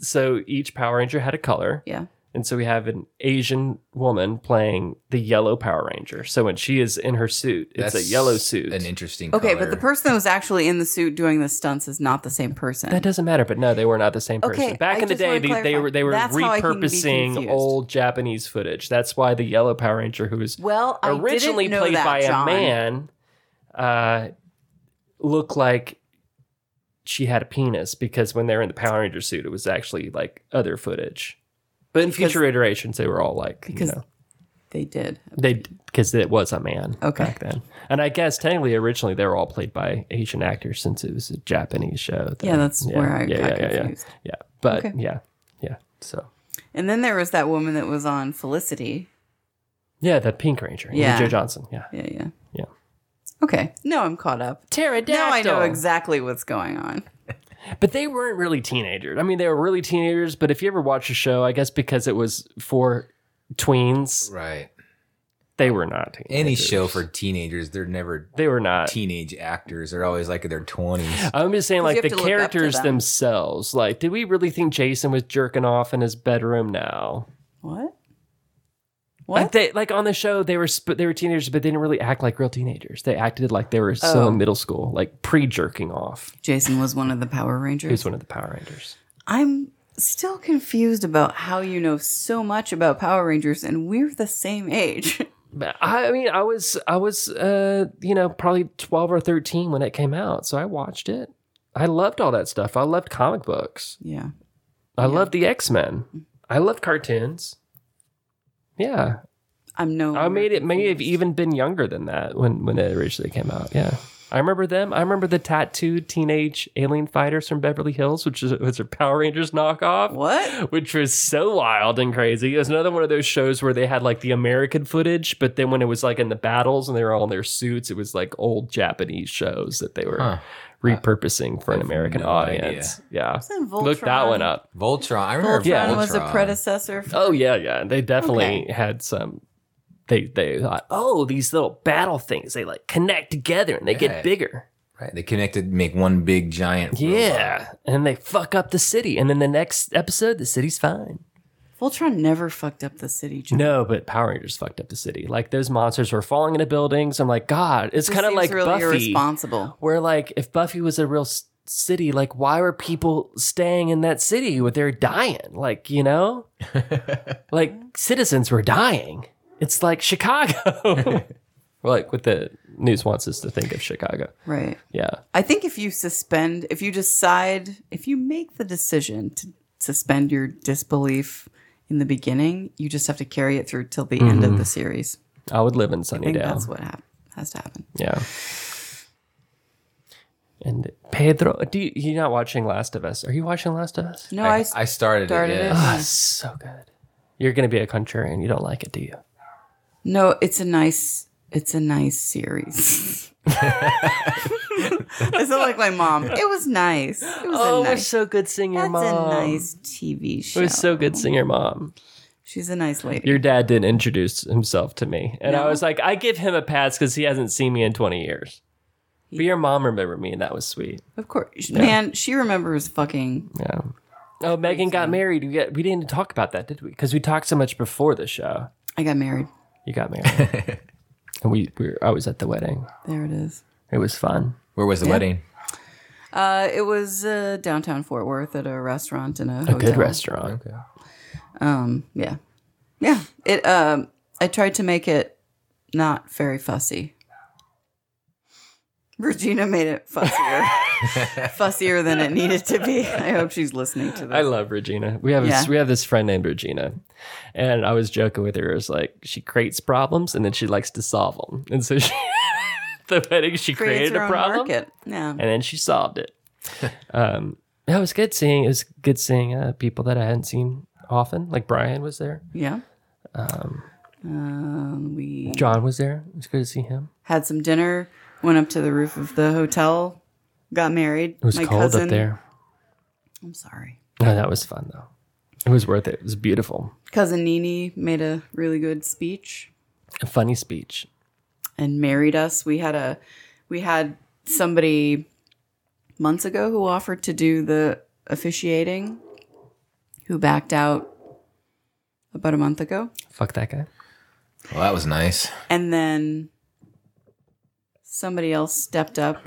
C: so each Power Ranger had a color.
A: Yeah.
C: And so we have an Asian woman playing the yellow Power Ranger. So when she is in her suit, it's a
B: That's
C: yellow suit.
B: An interesting.
A: Okay,
B: color.
A: but the person that was actually in the suit doing the stunts is not the same person.
C: that doesn't matter, but no, they were not the same person.
A: Okay,
C: Back
A: I
C: in the
A: just wanna
C: day, they, they
A: clarify.
C: were they were
A: That's how I can be
C: repurposing
A: confused.
C: old Japanese footage. That's why the yellow Power Ranger, who was
A: well, I
C: originally
A: didn't know
C: played
A: that,
C: by
A: John.
C: a man, uh, looked like she had a penis because when they were in the Power Ranger suit, it was actually like other footage. But in
A: Because-
C: future iterations, they were all like
A: Because-
C: you know,
A: They did.
C: they because it was a man
A: Okay.
C: back then, and I guess technically originally they were all played by Asian actors since it was a Japanese show.
A: Yeah, that's where I got
C: yeah, yeah, yeah,
A: confused.
C: yeah. But
A: Okay.
C: yeah, yeah. So
A: And then there was that woman that was on Felicity.
C: yeah, the Pink Ranger,
A: Yeah.
C: yeah, Joe Johnson, yeah,
A: Yeah, yeah.
C: yeah.
A: Okay. No, I'm caught up.
C: Pterodactyl.
A: Now I know exactly what's going on.
C: But they weren't really teenagers. I mean, they were really teenagers, but if you ever watch the show, I guess because it was for tweens,
B: Right.
C: they were not teenagers.
B: Any show for teenagers, they're never
C: They were not.
B: teenage actors. They're always like in their twenties.
C: I'm just saying,
A: 'Cause you
C: like, the
A: have to look up to
C: characters
A: them.
C: themselves. Like, did we really think Jason was jerking off in his bedroom now?
A: What?
C: Like,
A: What?
C: they, like on the show, they were sp- they were teenagers, but they didn't really act like real teenagers. They acted like they were still
A: Oh.
C: in middle school, like pre jerking off.
A: Jason was one of the Power
C: He was
A: Rangers.
C: one of the Power Rangers.
A: I'm still confused about how you know so much about Power Rangers and we're the same age.
C: But I I mean, I was I was uh, you know probably twelve or thirteen when it came out, so I watched it. I loved all that stuff. I loved comic books.
A: yeah.
C: I loved the X Men. I loved cartoons. Yeah,
A: I'm no
C: I
A: longer
C: made it. May have
A: confused.
C: even been younger than that when when it originally came out. Yeah, I remember them. I remember the tattooed teenage alien fighters from Beverly Hills, which is was a Power Rangers knockoff
A: What?
C: which was so wild and crazy. It was another one of those shows where they had like the American footage, but then when it was like in the battles and they were all in their suits, it was like old Japanese shows that they were
B: Huh.
C: repurposing for an
B: I have
C: American
B: no
C: audience. Yeah.
A: Wasn't
C: Look that
A: Voltron-
C: one up.
B: Voltron. I remember
A: Voltron
C: Yeah.
A: was a predecessor. For-
C: Oh yeah, yeah. They definitely had some they they thought, "Oh, these little battle things, they like connect together and they
B: Yeah.
C: get bigger."
B: Right. They connected, make one big giant. robot.
C: Yeah. And they fuck up the city. And then the next episode, the city's fine.
A: Voltron never fucked up the city. John.
C: No, but Power Rangers fucked up the city. Like those monsters were falling into buildings. I'm like, God, it's
A: This
C: kind of
A: seems
C: like
A: really
C: Buffy.
A: irresponsible.
C: Where like if Buffy was a real s- city, like why were people staying in that city where they're dying? Like you know, like citizens were dying. It's like Chicago. like what the news wants us to think of Chicago.
A: Right.
C: Yeah.
A: I think if you suspend, if you decide, if you make the decision to suspend your disbelief in the beginning, you just have to carry it through till the end
C: Mm-hmm.
A: of the series.
C: I would live in
A: I think
C: Sunnydale.
A: that's what hap- has to happen.
C: Yeah. And Pedro, do you, you're not watching Last of Us? Are you watching Last of Us?
A: No, I,
B: I, I started,
A: started
B: it.
A: it.
B: Yeah.
C: Ah, it's so good. You're gonna be a contrarian. You don't like it, do you?
A: no. It's a nice. It's a nice series. I sound like my mom. It was nice. It was
C: Oh,
A: a
C: we're
A: nice.
C: so good seeing your
A: That's
C: mom.
A: a nice TV
C: It
A: show.
C: was so good seeing your mom.
A: She's a nice lady.
C: Your dad didn't introduce himself to me, and I
A: No?
C: was like, I give him a pass because he hasn't seen me in 20 years. But your mom remembered me, and that was sweet.
A: of course, man. She remembers fucking.
C: Yeah. Oh, Megan got married. We got, we didn't talk about that, did we? Because we talked so much before the show.
A: I got married.
C: You got married, and we, we were, I was at the wedding.
A: There it is.
C: It was fun.
B: Where was the wedding?
A: Uh, it was uh, downtown Fort Worth at a restaurant and a,
C: A
A: hotel.
C: good restaurant.
B: Okay.
A: Um, yeah, yeah. It. Um, I tried to make it not very fussy. Regina made it fussier, fussier than it needed to be. I hope she's listening to this.
C: I love Regina. We have this,
A: Yeah.
C: we have this friend named Regina, and I was joking with her. It was like she creates problems and then she likes to solve them, and so she, the wedding she created a problem
A: Yeah,
C: and then she solved it. um, it was good seeing. It was good seeing uh, people that I hadn't seen often. Like Brian was there,
A: yeah. Um, we
C: John was there. It was good to see him.
A: had some dinner. Went up to the roof of the hotel. Got married.
C: It was cold up there.
A: I'm sorry.
C: No, that was fun though. It was worth it. It was beautiful.
A: cousin Nini made a really good speech
C: A funny speech.
A: and married us. We had a we had somebody months ago who offered to do the officiating who backed out about a month ago.
C: Fuck that guy.
B: Well, that was nice.
A: And then somebody else stepped up.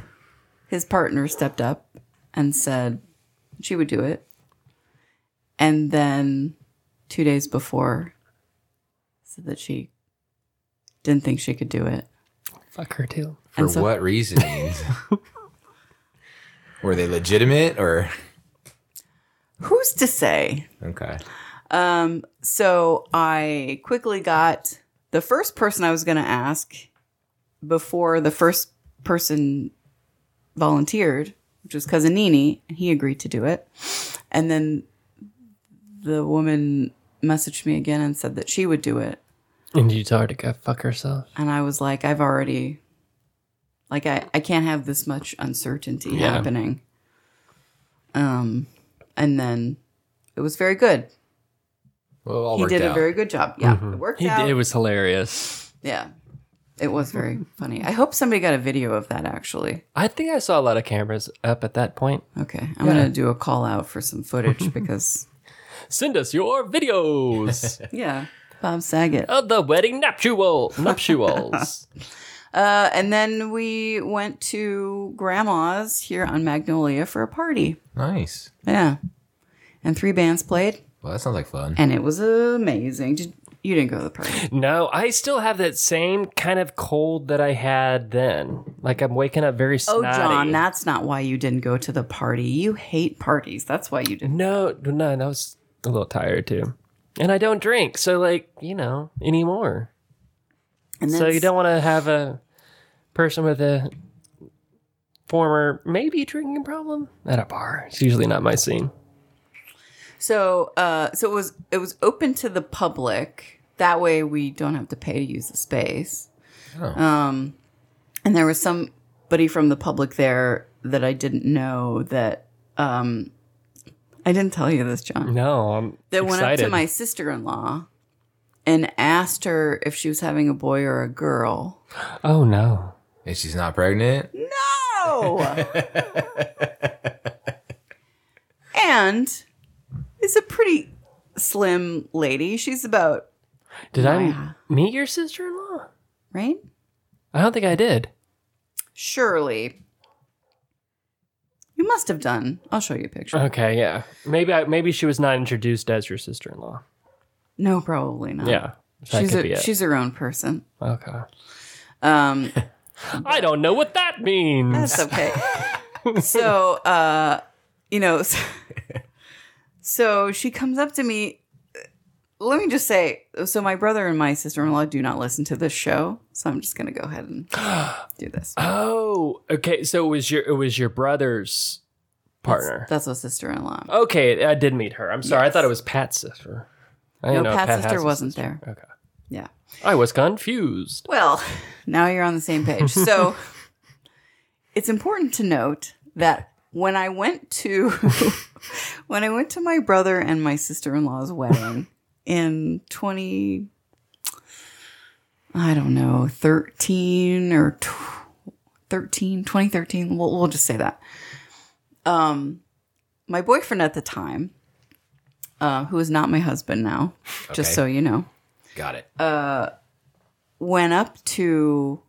A: His partner stepped up and said she would do it. And then two days before, said that she didn't think she could do it.
C: Fuck her too.
B: For
A: And so-
B: what reasons? Were they legitimate or
A: Who's to say?
B: okay?
A: Um, so I quickly got the first person I was going to ask before the first person volunteered, which was cousin Nini, and he agreed to do it. And then the woman messaged me again and said that she would do it,
C: And you told her to go fuck herself.
A: and I was like, I've already, like, I I can't have this much uncertainty
C: Yeah.
A: happening. Um, and then it was very good.
B: Well, it all
A: he
B: worked
A: did
B: out. Mm-hmm.
A: a very good job. Yeah, it worked
C: He,
A: out.
C: it was hilarious.
A: yeah, it was very funny. I hope somebody got a video of that. Actually,
C: I think I saw a lot of cameras up at that point.
A: okay, I'm gonna do a call out for some footage because
C: Send us your videos
A: yeah, Bob Saget.
C: of the wedding nuptial nuptials.
A: Uh, and then we went to Grandma's here on Magnolia for a party.
B: nice.
A: Yeah, and three bands played,
B: Well, that sounds like fun.
A: and it was amazing. Did, you didn't go to the party?
C: no, I still have that same kind of cold that I had then. Like I'm waking up very
A: Oh,
C: snotty.
A: John, that's not why you didn't go to the party. You hate parties. That's why you didn't.
C: no, no, and I was a little tired too, and I don't drink, so like you know anymore.
A: And
C: So you
A: that's-
C: don't want to have a person with a former maybe drinking problem at a bar. It's usually not my scene.
A: So, uh, so it was it was open to the public. That way, we don't have to pay to use the space. Um, and there was somebody from the public there that I didn't know that. Um, I didn't tell you this, John.
C: No, I'm
A: That went up
C: excited.
A: to my sister in law and asked her if she was having a boy or a girl.
C: Oh no.
B: And she's not pregnant.
A: No, No. and it's a pretty slim lady. She's about
C: Did
A: Yeah.
C: I meet your sister in law?
A: right.
C: I don't think I did.
A: Surely. You must have done. I'll show you a picture.
C: Okay, yeah. Maybe I, maybe she was not introduced as your sister in law.
A: no, probably not.
C: Yeah. That
A: Oh. She's
C: could be
A: a,
C: it.
A: she's her own person.
C: okay.
A: Um,
C: I don't know what that means.
A: That's okay. so, uh, you know, so, so she comes up to me. Let me just say, so my brother and my sister in law do not listen to this show, so I'm just gonna go ahead and do this.
C: Oh, okay. So it was your it was your brother's partner.
A: That's a sister in law.
C: okay, I did meet her. I'm sorry. I thought it was Pat's sister. I
A: No,
C: didn't know
A: Pat's
C: Pat
A: sister
C: has a
A: wasn't
C: sister.
A: there.
C: Okay.
A: Yeah.
C: I was confused.
A: Well, now you're on the same page. So it's important to note that when I went to when I went to my brother and my sister-in-law's wedding in 20 I don't know, 13 or tw- 13 2013, we'll, we'll just say that. Um my boyfriend at the time uh, who is not my husband now, just
B: Okay.
A: so you know
B: Got it.
A: went up to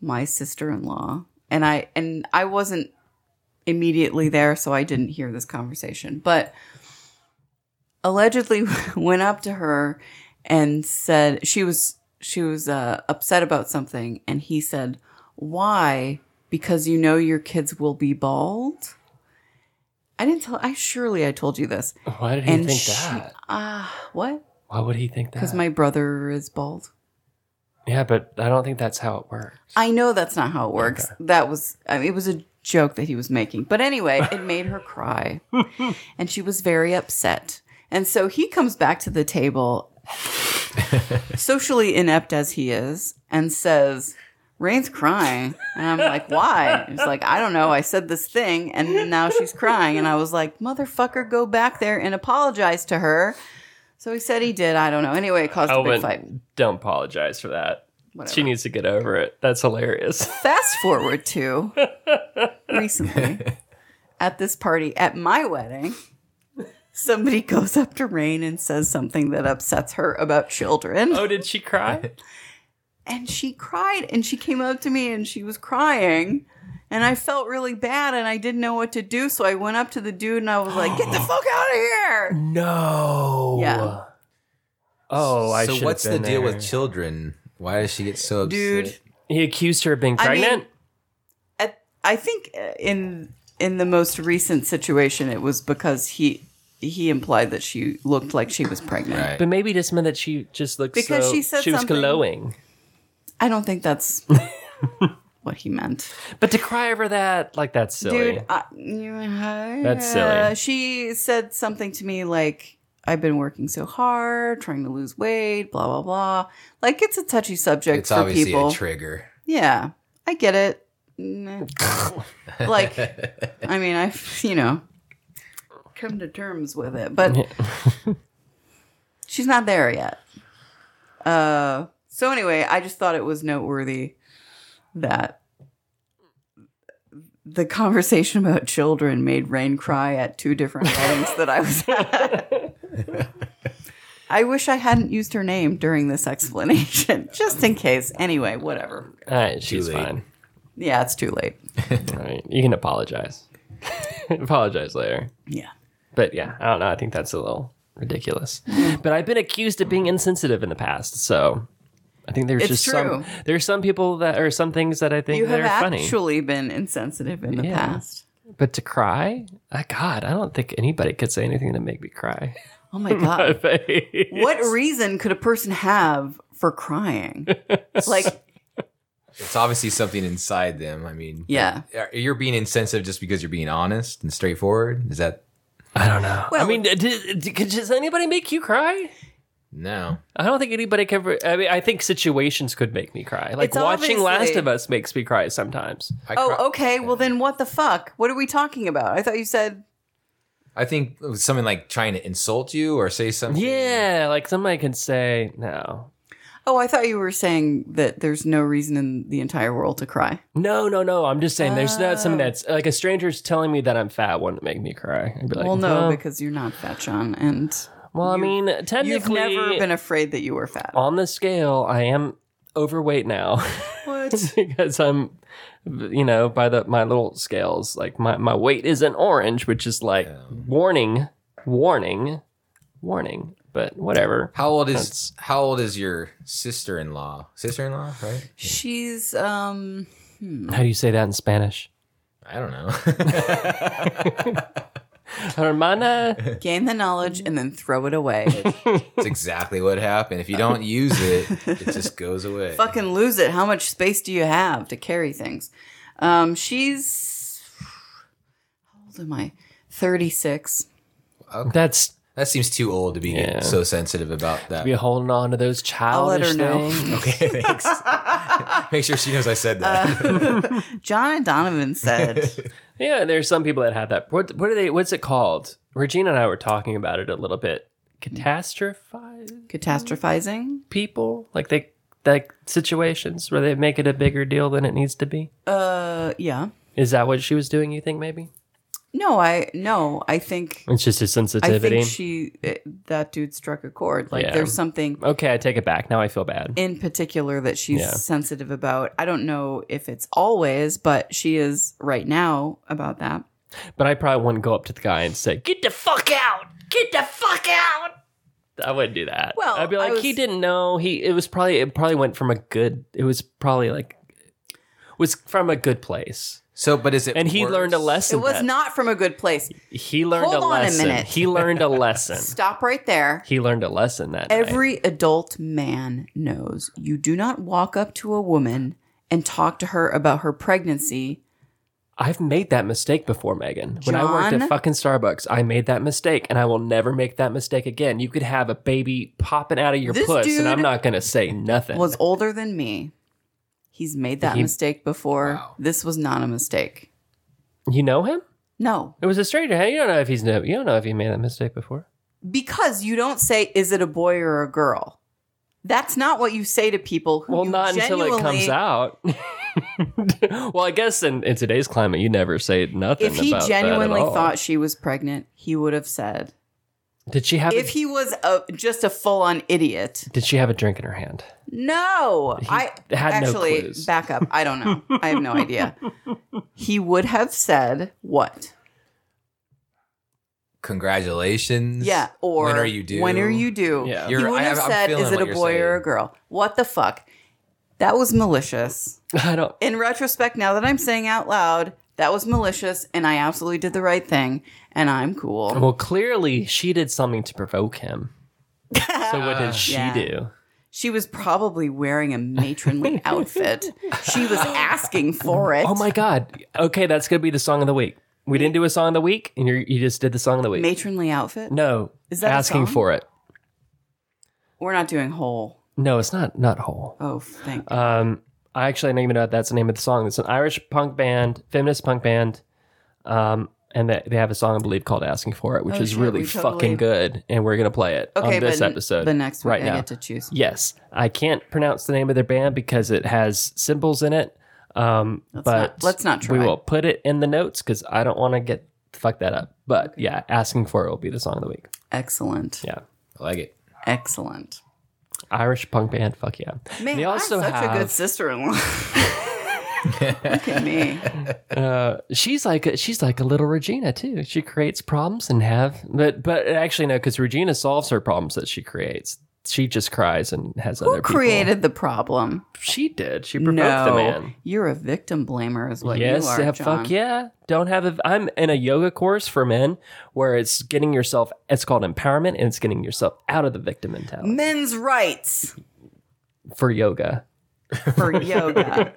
A: my sister-in-law and I and I wasn't immediately there so I didn't hear this conversation but allegedly went up to her and said she was she was uh, upset about something and he said why because you know your kids will be bald I didn't tell I surely I told you this
C: Why did he
A: And
C: think
A: she-
C: that?
A: ah what
C: Why would he think that?
A: cuz my brother is bald
C: yeah, but I don't think that's how it works.
A: I know that's not how it works. That was I mean, it was a joke that he was making. But anyway, it made her cry. and she was very upset. And so he comes back to the table socially inept as he is and says, "Rain's crying." And I'm like, "Why?" He's like, "I don't know. I said this thing and now she's crying." And I was like, "Motherfucker, go back there and apologize to her." So he said he did. I don't know. Anyway, it caused a big
C: Owen,
A: fight.
C: don't apologize for that.
A: Whatever.
C: She needs to get over it. That's hilarious.
A: fast forward to recently at this party at my wedding somebody goes up to rain and says something that upsets her about children
C: oh, did she cry?
A: and she cried and she came up to me and she was crying and i felt really bad and i didn't know what to do so i went up to the dude and i was like get the fuck out of here
C: No.
A: Yeah.
C: Oh, I
B: so
C: should've
B: what's the
C: been
B: deal
C: there.
B: with children? Why does she get so upset?
A: dude
C: He accused her of being
A: I mean-
C: pregnant.
A: at, I think uh, in in the most recent situation, it was because he he implied that she looked like she was pregnant.
B: Right.
C: But maybe this meant that she just looks
A: Because
C: so-
A: she said
C: she was
A: something-
C: glowing.
A: I don't think that's what he meant,
C: But to cry over that, like that's silly.
A: dude. I, you-
C: That's silly.
A: She said something to me like, "I've been working so hard, trying to lose weight, blah blah blah." Like it's a touchy subject
B: It's
A: for
B: obviously
A: people.
B: a trigger.
A: yeah, I get it. Nah. like, I mean, I've you know come to terms with it, but. she's not there yet. Uh, so anyway, I just thought it was noteworthy that the conversation about children made Rain cry at two different weddings that I was at. I wish I hadn't used her name during this explanation, just in case. Anyway, whatever.
C: All right, she's
B: late.
C: fine.
A: Yeah, it's too late.
C: All right, you can apologize. apologize later.
A: Yeah.
C: But yeah, I don't know. I think that's a little ridiculous. But I've been accused of being insensitive in the past, so I think there's
A: It's
C: just
A: true.
C: some there's some people that are some things that I think
A: You
C: that
A: have
C: are funny.
A: actually been insensitive in the
C: Yeah.
A: past.
C: But to cry, Ah, God, I don't think anybody could say anything to make me cry.
A: Oh my God.
C: what?
A: what reason could a person have for crying? like,
B: It's obviously something inside them. I mean,
A: yeah.
B: are- you're being insensitive just because you're being honest and straightforward. Is that
C: I don't know. I
A: Well-
C: mean, did, did, could- does anybody make you cry?
B: no?
C: I don't think anybody could. ever- I mean, I think situations could make me cry. Like
A: It's
C: watching
A: obviously-
C: Last of Us makes me cry sometimes.
B: I cry-
A: Oh, okay. Well, then what the fuck? What are we talking about? I thought you said
B: I think it was something like trying to insult you or say something.
C: Yeah, like somebody can say no.
A: Oh, I thought you were saying that there's no reason in the entire world to cry.
C: No, no, no. I'm just saying there's not something that's
A: Oh.
C: like a stranger's telling me that I'm fat wouldn't make me cry. I'd be like,
A: well, no,
C: "Huh."
A: because you're not fat, Sean, and
C: well, I mean,
A: you've
C: technically,
A: never been afraid that you were fat.
C: on the scale, I am overweight now
A: What?
C: because I'm, you know, by the my little scales, like my, my weight is an orange, which is like warning, warning, warning. But whatever.
B: How old is how old is your sister in law? Sister in law, right?
A: She's um. hmm.
C: How do you say that in Spanish?
B: I don't know.
C: Hermana.
A: Gain the knowledge and then throw it away.
B: It's exactly what happened. If you don't use it, it just goes away.
A: Fucking lose it. How much space do you have to carry things? Um, she's how old am I? Thirty six.
C: That's
B: That seems too old to be
C: Yeah.
B: so sensitive about that.
C: be holding on to those
A: let her
C: childish
A: know.
C: things.
B: Okay, thanks. Make sure she knows I said
C: Uh,
B: that.
A: Uh, John and Donovan said,
C: Yeah, there's some people that have that. What what are they? What's it called? Regina and I were talking about it a little bit. Catastrophize
A: "Catastrophizing."
C: people like they like situations where they make it a bigger deal than it needs to be.
A: Uh, yeah.
C: Is that what she was doing? You think maybe
A: No, I no. I think
C: it's just a
A: I
C: sensitivity.
A: think she it, that dude struck a chord. Like
C: Yeah.
A: there's something
C: okay, I take it back. Now I feel bad.
A: in particular that she's
C: Yeah.
A: sensitive about. I don't know if it's always, but she is right now about that.
C: But I probably wouldn't go up to the guy and say, "Get the fuck out! Get the fuck out!" I wouldn't do that.
A: Well,
C: I'd be
A: I
C: like, "He
A: was-
C: didn't know. He it was probably it probably went from a good. It was probably like was from a good place,
B: so, but is it?
C: and he
B: worse?
C: learned a
A: It
C: lesson.
A: was
C: that-
A: not from a good place.
C: He learned
A: Hold
C: a
A: on a
C: lesson.
A: minute.
C: He learned a lesson.
A: Stop right there.
C: he learned a lesson that night.
A: Every adult man knows you do not walk up to a woman and talk to her about her pregnancy.
C: I've made that mistake before, Megan. When I worked
A: John?
C: at fucking Starbucks, I made that mistake, and I will never make that mistake again. You could have a baby popping out of your
A: This
C: puss, and I'm
A: dude
C: not gonna say nothing.
A: Was older than me. He's made that
C: He-
A: mistake before. This was not a mistake.
C: you know him?
A: No,
C: It was a stranger. Hey, you don't know if he's no. You don't know if he made that mistake before.
A: because you don't say is it a boy or a girl that's not what you say to people who
C: Well,
A: you
C: not until it comes
A: genuinely-
C: out. well, I guess in, in today's climate, you never say nothing.
A: if he
C: about that at
A: genuinely
C: all.
A: thought she was pregnant he would have said
C: did she have? a-
A: if he was a, just a full-on idiot
C: did she have a drink in her hand?
A: no i
C: had no
A: actually
C: clues.
A: back up i don't know i have no idea he would have said what
B: Congratulations.
A: yeah or
B: when are you due?
A: when are you due
C: Yeah.
A: he
B: You're-
A: would
B: I-
A: have
B: I'm
A: said
B: feeling
A: is it
B: what
A: a
B: you're
A: boy or a
B: saying.
A: girl what the fuck that was malicious
C: I don't.
A: in retrospect, now that I'm saying out loud, that was malicious and I absolutely did the right thing and I'm cool.
C: Well, clearly she did something to provoke him. So what did she
A: Yeah.
C: do?
A: She was probably wearing a matronly outfit. She was asking for it.
C: Oh my god. Okay, that's gonna be the song of the week. We didn't do a song of the week, and you you just did the song of the week.
A: Matronly outfit?
C: no,
A: Is that a
C: asking
A: song?
C: for it?
A: We're not doing whole.
C: No, it's not. Not whole.
A: Oh, thank
C: Um, I actually don't even know if that's the name of the song. It's an Irish punk band, feminist punk band. Um, and they, they have a song, I believe, called Asking For It, which
A: Oh,
C: is
A: shit,
C: really
A: we totally-
C: fucking good. And we're going to play it
A: Okay,
C: on this
A: but n-
C: episode.
A: but next week
C: right
A: I
C: now.
A: get to choose.
C: Yes. I can't pronounce the name of their band because it has symbols in it. Um, but
A: not- let's not try.
C: We will put it in the notes because I don't want to get fuck that up. But yeah, Asking For It will be the song of the week.
A: Excellent.
C: Yeah.
B: I like it.
A: Excellent.
C: Irish punk band, fuck yeah.
A: Man,
C: They also
A: I'm such a
C: have-
A: good sister in law. Look at me.
C: Uh, she's like she's like a little Regina too. She creates problems and have, but but actually no, because Regina solves her problems that she creates. She just cries and has
A: Who
C: other people.
A: created the problem?
C: She did. She provoked the
A: No.
C: man.
A: You're a victim blamer, is what
C: yes,
A: you are.
C: yeah,
A: John.
C: fuck yeah. Don't have a. I'm in a yoga course for men where it's getting yourself. It's called empowerment, and it's getting yourself out of the victim mentality
A: men's rights
C: for yoga.
A: for yoga.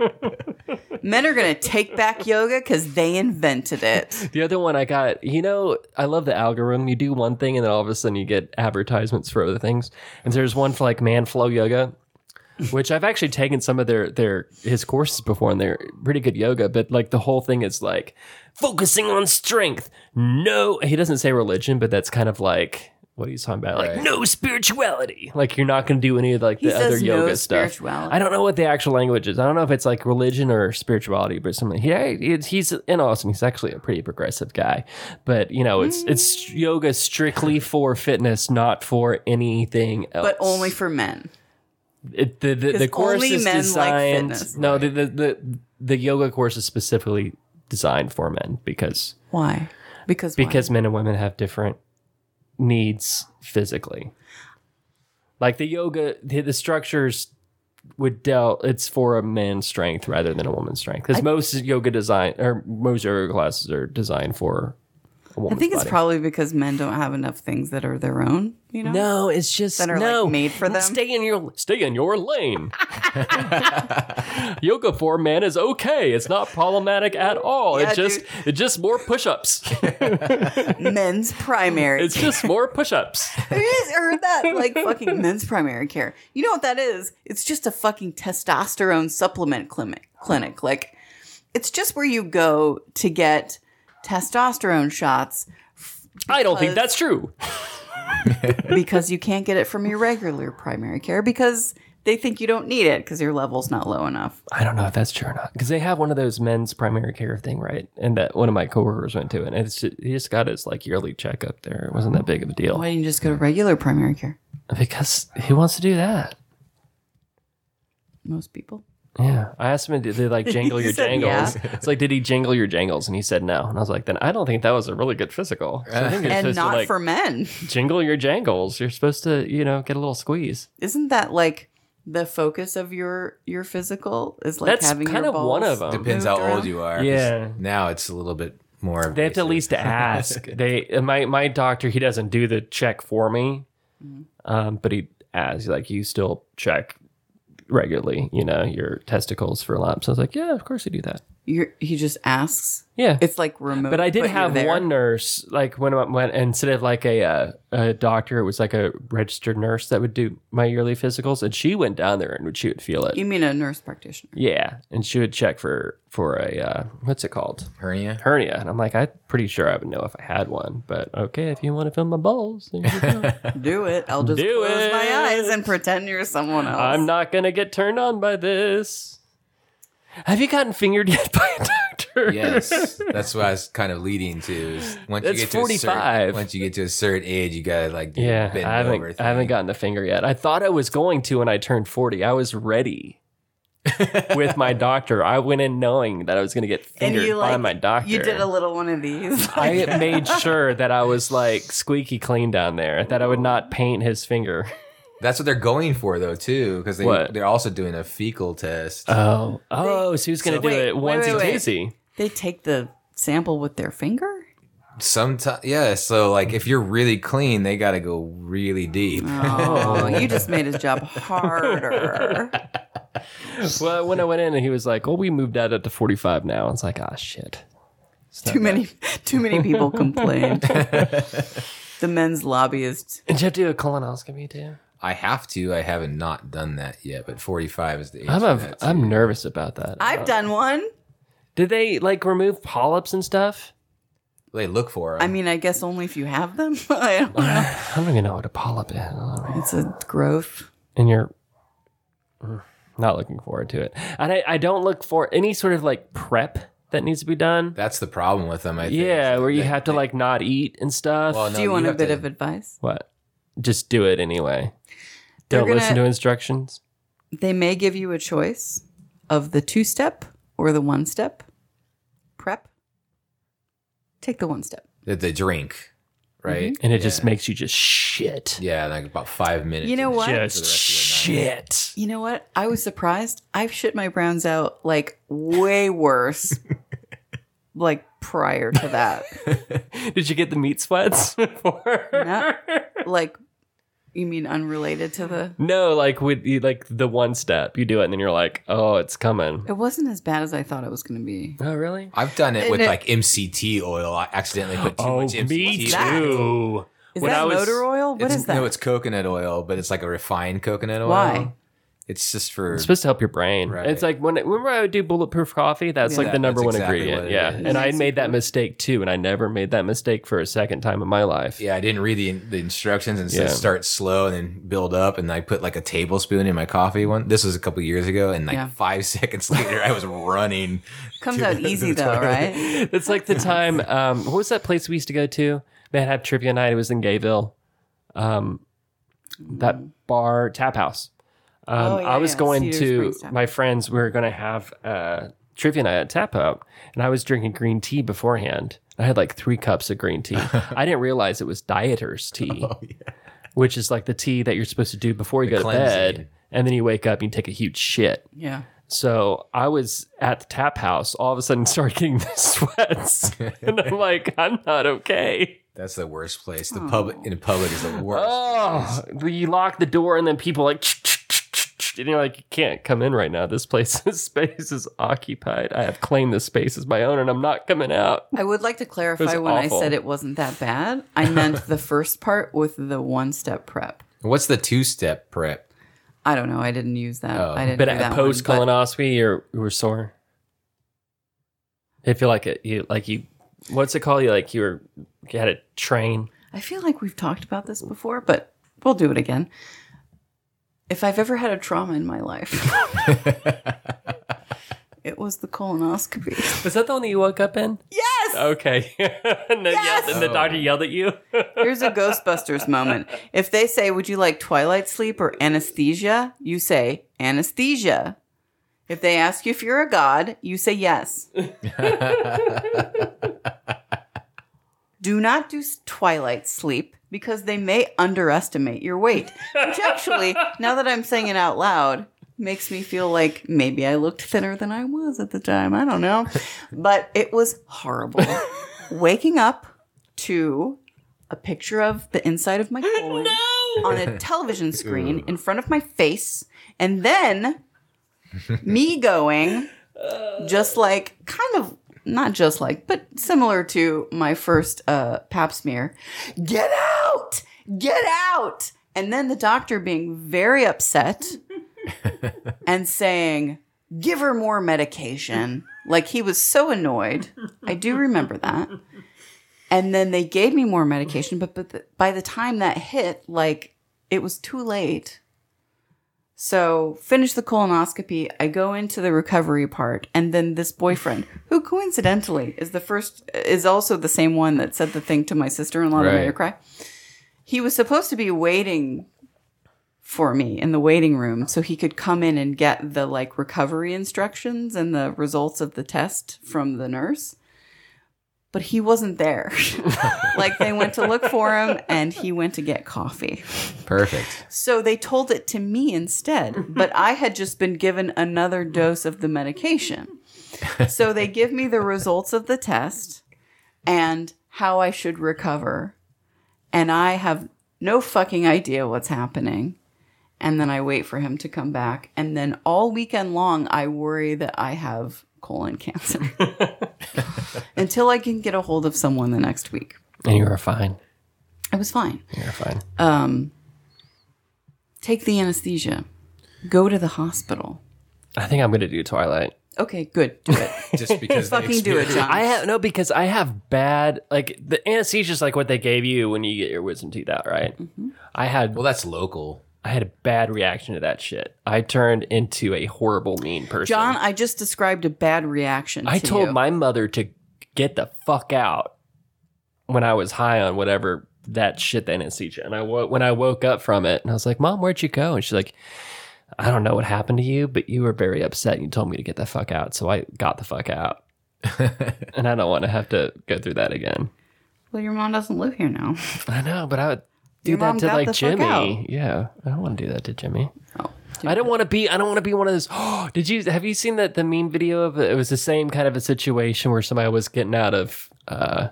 A: Men are going to take back yoga because they invented it.
C: The other one I got, you know, I love the algorithm. You do one thing and then all of a sudden you get advertisements for other things. And there's one for like man flow yoga, which I've actually taken some of their their his courses before and they're pretty good yoga, but like the whole thing is like focusing on strength. No, he doesn't say religion, but that's kind of like what he's talking about. Like
B: Right.
C: no spirituality. Like you're not going to do any of like the
A: He
C: other
A: says
C: yoga
A: no
C: stuff.
A: spirituality.
C: I don't know what the actual language is. I don't know if it's like religion or spirituality, but something. Yeah, it's, he's in Austin. He's actually a pretty progressive guy, but you know, it's it's
A: Mm.
C: yoga strictly for fitness, not for anything else.
A: but only for men.
C: It, the the, the
A: 'Cause
C: course
A: only
C: is
A: men like
C: designed.
A: fitness.
C: no, the, the the the yoga course is specifically designed for men because
A: Why? Because why?
C: because men and women have different needs physically. Like the yoga, the, the structures would dealt. It's for a man's strength rather than a woman's strength because most yoga design or most yoga classes are designed for. A
A: I
C: woman's
A: think it's
C: body.
A: probably because men don't have enough things that are their own. You know,
C: No, it's just
A: That are, like,
C: no.
A: made for them?
C: Stay in your stay in your lane. Yoga for man is okay. It's not problematic at all.
A: Yeah,
C: it just it's just more push-ups.
A: men's primary.
C: it's just more push-ups.
A: I just heard that like fucking men's primary care. You know what that is? It's just a fucking testosterone supplement clinic. Clinic, like it's just where you go to get testosterone shots
C: I don't think that's true.
A: because you can't get it from your regular primary care because they think you don't need it because your level's not low enough.
C: I don't know if that's true or not because they have one of those men's primary care thing, right? And that one of my coworkers went to, and it's he just got his like yearly checkup there. It wasn't that big of a deal
A: Why didn't you just go to regular primary care?
C: because who wants to do that?
A: Most people.
C: Yeah. I asked him, did they like jingle
A: He
C: your
A: said,
C: jangles? It's like, did he jingle your jangles? And he said no. And I was like, then I don't think that was a really good physical. So I think it's
A: And
C: supposed to
A: not
C: like
A: for men.
C: jingle your jangles. You're supposed to, you know, get a little squeeze.
A: Isn't that like the focus of your your physical is like
C: That's
A: having
C: kind
A: your
C: of one
A: balls
C: of 'em.
B: Depends
A: moved
B: how
A: around?
B: old you are. 'cause
C: Oh, Yeah.
B: Now it's a little bit more.
C: They have to at
B: invasive.
C: least ask. they my my doctor, he doesn't do the check for me. Um, but he asks, like, you still check regularly, you know, your testicles for lumps. I was like, Yeah, of course you do that.
A: You're, he just asks.
C: Yeah.
A: It's like remote.
C: But I did
A: you're
C: have
A: there.
C: one nurse, like when I went instead of like a uh, a doctor, it was like a registered nurse that would do my yearly physicals, and she went down there and she would feel it.
A: You mean a nurse practitioner?
C: yeah, and she would check for for a uh, what's it called
B: hernia.
C: hernia, and I'm like, I'm pretty sure I would know if I had one, but okay, if you want to fill my balls, there you go.
A: Do it. I'll just
C: Do
A: close
C: it.
A: my eyes and pretend you're someone else.
C: I'm not gonna get turned on by this. Have you gotten fingered yet by a doctor?
B: Yes, that's what I was kind of leading to. Is once
C: That's
B: you get to 45.
C: 45.
B: Certain, once you get to a certain age, you gotta like do the
C: Yeah,
B: bend
C: I haven't.
B: over
C: I haven't
B: thing.
C: gotten the finger yet. I thought I was going to when I turned forty. I was ready with my doctor. I went in knowing that I was going to get
A: and
C: fingered
A: you
C: by
A: like
C: my doctor.
A: You did a little one of these.
C: I made sure that I was like squeaky clean down there, that I would not paint his finger.
B: That's what they're going for though too, because they
C: What?
B: they're also doing a fecal test.
C: Oh, oh, so he was going to do
A: Wait,
C: it
A: wait,
C: onesie
A: wait, wait.
C: daisy.
A: they take the sample with their finger.
B: Sometimes, yeah. So like, if you're really clean, they gotta go really deep.
A: Oh, you just made his job harder.
C: Well, when I went in, and he was like, "Well, we moved that up to forty-five now." I was like, "Ah, shit."
A: too many, too many people complained. the men's lobbyist.
C: And you have to do a colonoscopy too.
B: I have to. I haven't not done that yet, but 45 is the age.
C: I'm
B: for
C: a,
B: that, too.
C: I'm nervous about that.
A: I've done one.
C: Did they like remove polyps and stuff?
B: They look for 'em.
A: I mean, I guess only if you have them. I don't know.
C: I don't even know what a polyp is.
A: It's a growth.
C: And you're not looking forward to it. And I, I don't look for any sort of like prep that needs to be done.
B: that's the problem with them. I think.
C: Yeah, where you
B: They-
C: have to
B: they-
C: like not eat and stuff.
B: Well, no,
A: Do you want a
B: have
A: bit
B: to-
A: of advice?
C: what? Just do it anyway.
A: They're
C: Don't
A: gonna-
C: listen to instructions.
A: They may give you a choice of the two step or the one step prep. Take the one step.
B: that they drink, right?
C: And it just makes you just shit.
B: Yeah, like about five minutes.
A: You know what?
C: Just shit.
A: You know what? I was surprised. I've shit my browns out like way worse, like prior to that.
C: Did you get the meat sweats before?
A: Not, like, you mean unrelated to the.
C: No, like with you- like the one step, you do it and then you're like, oh, it's coming.
A: It wasn't as bad as I thought it was going to be.
C: Oh, really?
B: I've done it
A: And
B: with
A: it-
B: like MCT oil. I accidentally put too much MCT.
A: that?
B: oil.
C: Oh, too.
A: Is
C: When
A: that
C: I was-
A: motor oil? What
B: It's-
A: is that?
B: No, it's coconut oil, but it's like a refined coconut oil.
A: Why?
B: It's just for
C: It's supposed to help your brain.
B: Right.
C: It's like when remember I would do bulletproof coffee. That's
A: Yeah.
C: like the
B: That-
C: number
B: that's
C: one
B: exactly
C: ingredient.
B: what it
C: Yeah,
B: is.
C: and I made that mistake too, and I never made that mistake for a second time in my life.
B: yeah. I didn't read the the instructions and said
C: Yeah.
B: start slow and then build up. And I put like a tablespoon in my coffee. One this was a couple years ago, and like
A: Yeah.
B: five seconds later, I was running.
A: Comes
B: to
A: out
B: the-
A: easy
B: the
A: though,
B: toilet.
A: right?
C: It's like the time. Um, what was that place we used to go to? They had trivia night. It was in Gayville. Um, that bar tap house. Um,
A: Oh, yeah,
C: I was
A: yeah,
C: going
A: Cedar
C: to
A: Springs Tap
C: my friends. We were going to have uh, trivia night at Tap Out, and I was drinking green tea beforehand. I had like three cups of green tea. I didn't realize it was dieter's tea,
A: Oh,
C: which is like the tea that you're supposed to do before you
B: The
C: go to
B: cleansing.
C: bed, and then you wake up and you take a huge shit.
A: Yeah.
C: So I was at the tap house, all of a sudden started getting the sweats. and I'm like, I'm not okay.
B: That's the worst place. The
A: Oh.
B: public in public is the worst.
C: Oh, you lock the door and then people like, and you're like, you can't come in right now. This place, this space is occupied. I have claimed this space as my own and I'm not coming out.
A: I would like to clarify
C: was
A: when
C: awful.
A: I said it wasn't that bad. I meant the first part with the one step prep.
B: What's the two step prep?
A: I don't know. I didn't use that.
B: Oh.
A: I didn't
C: But
A: do
C: at
A: that one,
C: post colonoscopy, you're, you were sore. I feel like it, you, like you, what's it called? You like, you were, you had a train.
A: I feel like we've talked about this before, but we'll do it again. If I've ever had a trauma in my life, it was the colonoscopy.
C: Was that the one that you woke up in?
A: Yes!
C: Okay. and, then
A: Yes!
C: yelled, and the
B: Oh.
C: doctor yelled at you.
A: Here's a Ghostbusters moment. If they say, Would you like twilight sleep or anesthesia? You say, Anesthesia. If they ask you if you're a god, you say yes. do not do s- twilight sleep because they may underestimate your weight, which actually, now that I'm saying it out loud, makes me feel like maybe I looked thinner than I was at the time. I don't know. But it was horrible. Waking up to a picture of the inside of my colon on a television screen in front of my face, and then me going just like kind of not just like, but similar to my first uh, pap smear. Get out! Get out! And then the doctor being very upset and saying, give her more medication. Like he was so annoyed. I do remember that. And then they gave me more medication, but, but the, by the time that hit, like it was too late. So finish the colonoscopy. I go into the recovery part, and then this boyfriend, who coincidentally is the first, is also the same one that said the thing to my sister-in-law that made her
B: Right.
A: cry. He was supposed to be waiting for me in the waiting room so he could come in and get the like recovery instructions and the results of the test from the nurse. But he wasn't there. like they went to look for him and he went to get coffee.
B: Perfect.
A: So they told it to me instead, but I had just been given another dose of the medication. So they give me the results of the test and how I should recover. And I have no fucking idea what's happening. And then I wait for him to come back. And then all weekend long, I worry that I have colon cancer until I can get a hold of someone the next week.
C: And you were fine.
A: I was fine
C: You were fine.
A: um, take the anesthesia, go to the hospital.
C: I think I'm going to do Twilight.
A: Okay, good. Do it.
B: Just because they
A: Fucking do it,
B: experience-
A: John.
C: I have no because I have bad like the anesthesia is like what they gave you when you get your wisdom teeth out, right? I had
B: Well, that's local.
C: I had a bad reaction to that shit. I turned into a horrible mean person.
A: John, I just described a bad reaction.
C: I
A: to
C: told
A: you.
C: my mother to get the fuck out when I was high on whatever that shit the anesthesia. And I wo- when I woke up from it, and I was like, "Mom, where'd you go?" And she's like, "I don't know what happened to you, but you were very upset, and you told me to get the fuck out, so I got the fuck out." and I don't want to have to go through that again.
A: Well, your mom doesn't live here now.
C: I know, but I would do
A: Your
C: that
A: mom
C: to
A: got
C: like
A: the fuck
C: Jimmy. Yeah, I don't want to do that to Jimmy.
A: Oh,
C: I don't want to be. I don't want to be one of those. Oh, did you have you seen that the meme video of it was the same kind of a situation where somebody was getting out of uh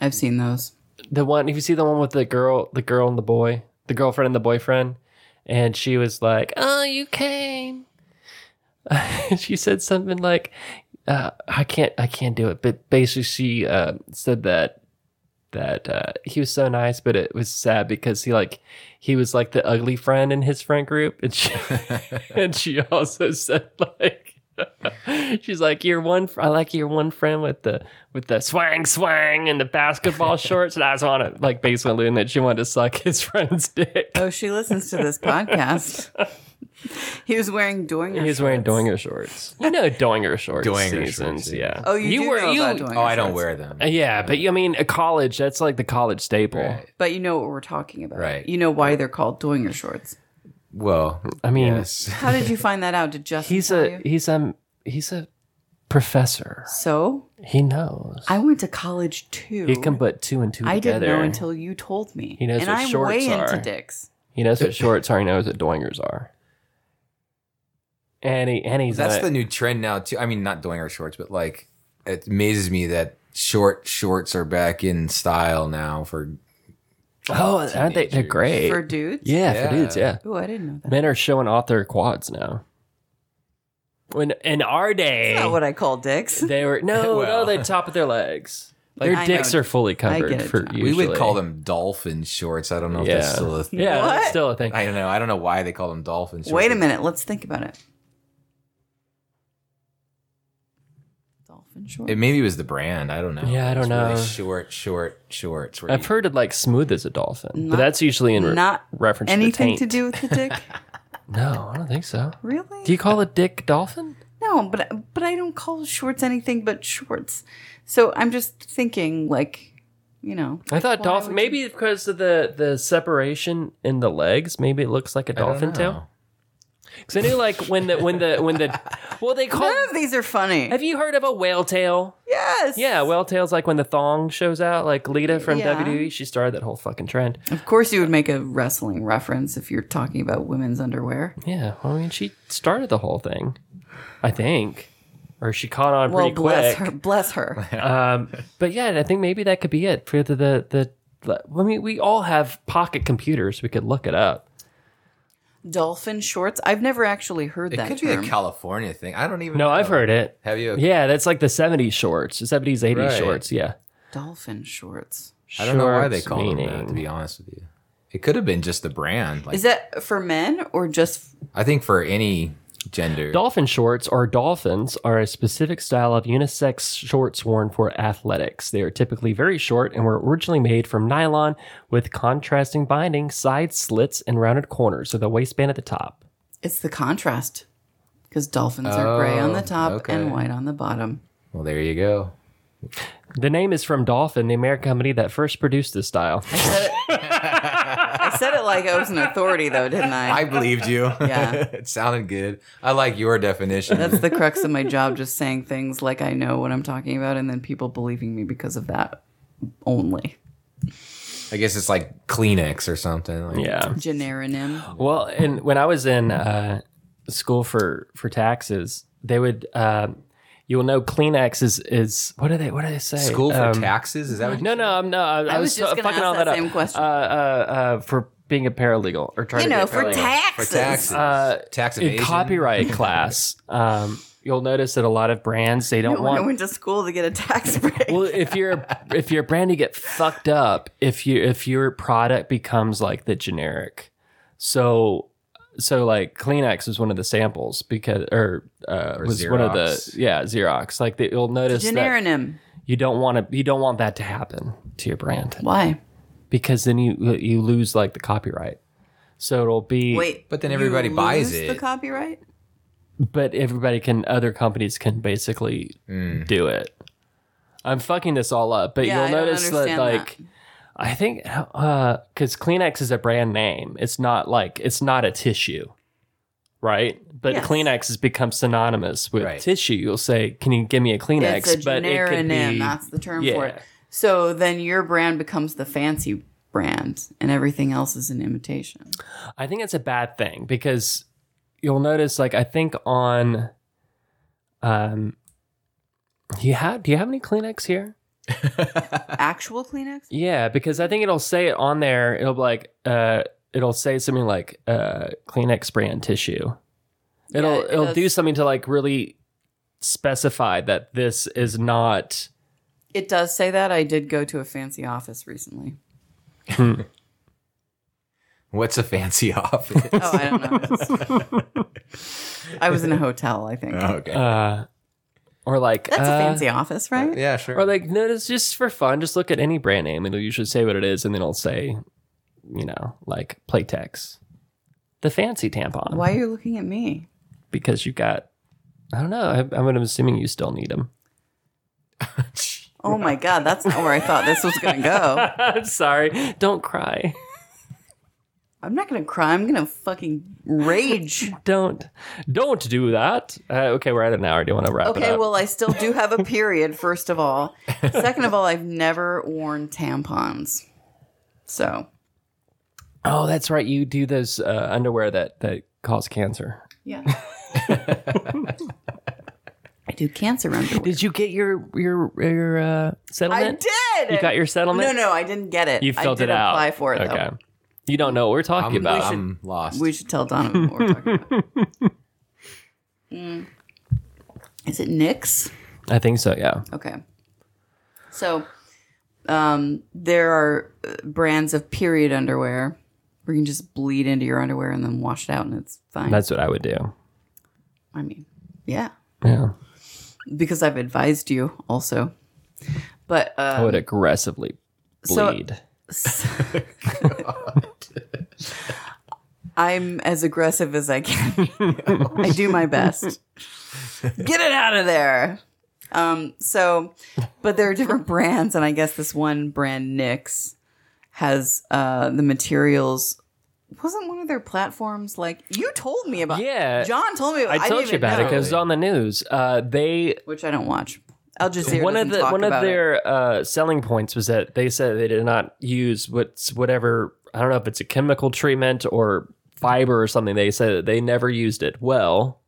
A: I've seen those.
C: the one. If you see the one with the girl, the girl and the boy, the girlfriend and the boyfriend, and she was like, "Oh, you came." she said something like, uh, "I can't, I can't do it," but basically she uh, said that that uh, he was so nice, but it was sad because he like he was like the ugly friend in his friend group, and she and she also said like she's like your one fr- I like your one friend with the with the swang swang and the basketball shorts, and I just want to like basically alluding that she wanted to suck his friend's dick.
A: Oh, she listens to this podcast. he was wearing Doinger.
C: He was wearing
A: shorts.
C: Doinger shorts. You know Doinger shorts.
B: Doinger
C: seasons,
B: shorts,
C: yeah.
B: yeah.
A: Oh, you, do
C: were-
A: know about Doinger
B: Oh, I don't
A: shorts.
B: wear them.
C: Uh, Yeah, but you- I mean, a college, that's like the college staple.
B: Right.
A: But you know what we're talking about.
B: Right.
A: You know why they're called Doinger shorts.
B: Well,
C: I mean,
B: yes.
A: How did you find that out? Did Justin
C: he's
A: tell
C: a
A: you?
C: he's um he's a professor.
A: So
C: He knows.
A: I went to college too.
C: he can put two and two
A: I
C: together.
A: didn't know until you told me.
C: He knows
A: and
C: what
A: I'm
C: shorts
A: way
C: are.
A: into dicks.
C: he knows what shorts are. He knows what doingers are. And he and he's
B: That's
C: on
B: the
C: it.
B: new trend now too. I mean, not Doinger shorts, but like it amazes me that short shorts are back in style now. For
C: oh, aren't they? They're
B: teenagers.
C: great.
A: For dudes?
C: yeah, for
B: Yeah.
C: dudes. Yeah,
A: Oh, I didn't know that.
C: men are showing off their quads now. When in our day,
A: That's not what I call dicks.
C: they were no, no,
B: Well.
C: the top of their legs.
A: Like-
C: their
A: I
C: dicks
A: know.
C: are fully covered.
A: it,
C: for
A: John.
C: usually.
B: we would call them dolphin shorts. I don't know
C: Yeah.
B: if that's still a thing.
C: Yeah, that's
A: What?
C: still a thing.
B: I don't know. I don't know why they call them dolphin shorts.
A: Wait a minute. Let's think about it. Dolphin shorts.
B: It maybe was the brand. I don't know.
C: Yeah, I don't
B: It's really
C: know.
B: short, short shorts. where
C: I've
B: you-
C: heard of like smooth as a dolphin, but
A: Not-
C: that's usually in re-
A: not
C: reference
A: Anything to
C: to the taint.
A: do with the dick?
C: No, I don't think so.
A: really?
C: Do you call a dick dolphin?
A: No, but but I don't call shorts anything but shorts. So I'm just thinking, like, you know,
C: I thought dolphin. Maybe because of the the separation in the legs, maybe it looks like a
B: I don't
C: dolphin tail.
B: know.
C: Because I knew like when the when the when the well they call.
A: none of these are funny.
C: Have you heard of a whale tail?
A: yes.
C: Yeah, whale tail's like when the thong shows out. Like Lita from
A: Yeah.
C: WWE, she started that whole fucking trend.
A: Of course, you would make a wrestling reference if you're talking about women's underwear.
C: Yeah, well, I mean, she started the whole thing, I think, or she caught on
A: Well,
C: pretty
A: bless
C: quick.
A: her. Bless her.
C: Um, but yeah, I think maybe that could be it for the the. the I mean, we all have pocket computers. We could look it up.
A: Dolphin shorts. I've never actually heard
B: It
A: that
B: could
A: term.
B: be a California thing. I don't even.
C: No,
B: know.
C: I've heard it.
B: Oh. Have you?
C: Yeah, that's like the '70s shorts, the '70s '80s
B: Right.
C: shorts. Yeah,
A: Dolphin shorts.
B: I don't know why they
C: Shorts
B: call them that. To
C: meaning-
B: be honest with you, it could have been just the brand. Like
A: Is that for men or just?
B: I think for any gender.
C: Dolphin shorts or dolphins are a specific style of unisex shorts worn for athletics. They are typically very short and were originally made from nylon with contrasting binding, side slits, and rounded corners with a waistband at the top.
A: It's the contrast, because dolphins are gray on the
B: Oh,
A: top
B: okay.
A: and white on the bottom.
B: well, there you go.
C: The name is from Dolphin, the American company that first produced this style.
A: I said it like I was an authority, though, didn't I?
B: I believed you.
A: Yeah.
B: it sounded good. I like your definition.
A: That's the crux of my job, just saying things like I know what I'm talking about, and then people believing me because of that only.
B: I guess it's like Kleenex or something. Like,
C: yeah.
A: Generonym.
C: Well, and when I was in uh, school for for taxes, they would um, you will know Kleenex is is what do they what do they say?
B: School for
C: Um,
B: taxes? Is that what? You-
C: No, no, I'm no. I, I,
A: was
C: was,
A: just
C: uh,
A: gonna
C: fucking
A: ask
C: all
A: that
C: that up.
A: same question.
C: uh, uh, uh, for being a paralegal or trying
A: You
C: to
A: know,
C: be a
A: for
C: paralegal.
A: taxes.
B: for taxes.
C: Uh,
B: Tax
C: in
B: evasion?
C: copyright class, um, you'll notice that a lot of brands they don't
A: I
C: want.
A: went to school to get a tax break.
C: well, if you're if you're a brand, you get fucked up if you if your product becomes like the generic. So so like Kleenex was one of the samples because or, uh,
B: Or
C: was one of the
B: Xerox.
C: yeah Xerox. Like they, you'll notice that
A: Generonym.
C: you don't want to you don't want that to happen to your brand
A: Why?
C: because then you uh, you lose like the copyright. So it'll be
A: Wait.
B: But then
A: you
B: everybody buys
A: lose
B: it.
A: The copyright.
C: but everybody can other companies can basically do it. I'm fucking this all up, but
A: Yeah, I
C: you'll
A: don't
C: notice that
A: understand
C: like I think because Kleenex is a brand name. It's not like it's not a tissue, right? But
A: Yes.
C: Kleenex has become synonymous with
B: Right.
C: tissue. You'll say, "Can you give me a Kleenex?"
A: It's a
C: but it could
A: generonym.
C: be
A: That's the term
C: yeah.
A: for it. So then your brand becomes the fancy brand, and everything else is an imitation.
C: I think it's a bad thing because you'll notice, like, I think on, um, do you have do you have any Kleenex here?
A: Actual Kleenex.
C: Yeah, because I think it'll say it on there. It'll be like, uh, it'll say something like, uh, Kleenex brand tissue. It'll
A: it
C: it'll
A: does.
C: do something to like really specify that this is not
A: It does say that. I did go to a fancy office recently.
B: What's a fancy office?
A: Oh, I don't know. I was in a hotel, I think.
B: Oh, okay.
C: Uh, or like
A: That's
C: uh,
A: a fancy office, right?
B: yeah, sure.
C: Or like, no, it's just for fun. Just look at any brand name. It'll usually say what it is, and then it'll say, you know, like Playtex, the fancy tampon.
A: Why are you looking at me?
C: Because you got, I don't know. I, I'm assuming you still need them.
A: Oh my God, that's not where I thought this was going to go.
C: I'm sorry. Don't cry.
A: I'm not going to cry. I'm going to fucking rage.
C: Don't, don't do that. Uh, okay, we're at an hour. Do you want to wrap it
A: Okay,
C: up?
A: well, I still do have a period, first of all. Second of all, I've never worn tampons. So,
C: oh, that's right. You do those uh, underwear that that cause cancer.
A: yeah. I do cancer underwear.
C: Did you get your your your uh,
A: I
C: settlement?
A: did.
C: You got your settlement.
A: No, no, I didn't get it.
C: You filled
A: I did
C: it out.
A: apply for it,
C: Okay.
A: though.
C: You don't know what we're talking
B: I'm,
C: about.
B: I'm lost.
A: We should tell Donovan what we're talking about. Mm. Is it Nick's?
C: I think so. Yeah.
A: Okay. So um, there are uh, brands of period underwear where you can just bleed into your underwear and then wash it out and it's fine.
C: That's what I would do.
A: I mean, yeah,
C: Yeah.
A: because I've advised you also. But
C: I
A: uh,
C: would aggressively
A: so- uh,
C: bleed.
A: I'm as aggressive as I can. I do my best. Get it out of there. Um, so, but there are different brands, and I guess this one brand, NYX, has uh, the materials. Wasn't one of their platforms like you told me about?
C: Yeah.
A: John told me. About,
C: I
A: didn't
C: told you
A: even
C: about it
A: know,
C: 'cause it because on the news, uh, they
A: which I don't watch. Al Jazeera
C: one of the one of
A: their
C: their uh, selling points was that they said they did not use what's whatever I don't know if it's a chemical treatment or fiber or something. They said that they never used it. Well,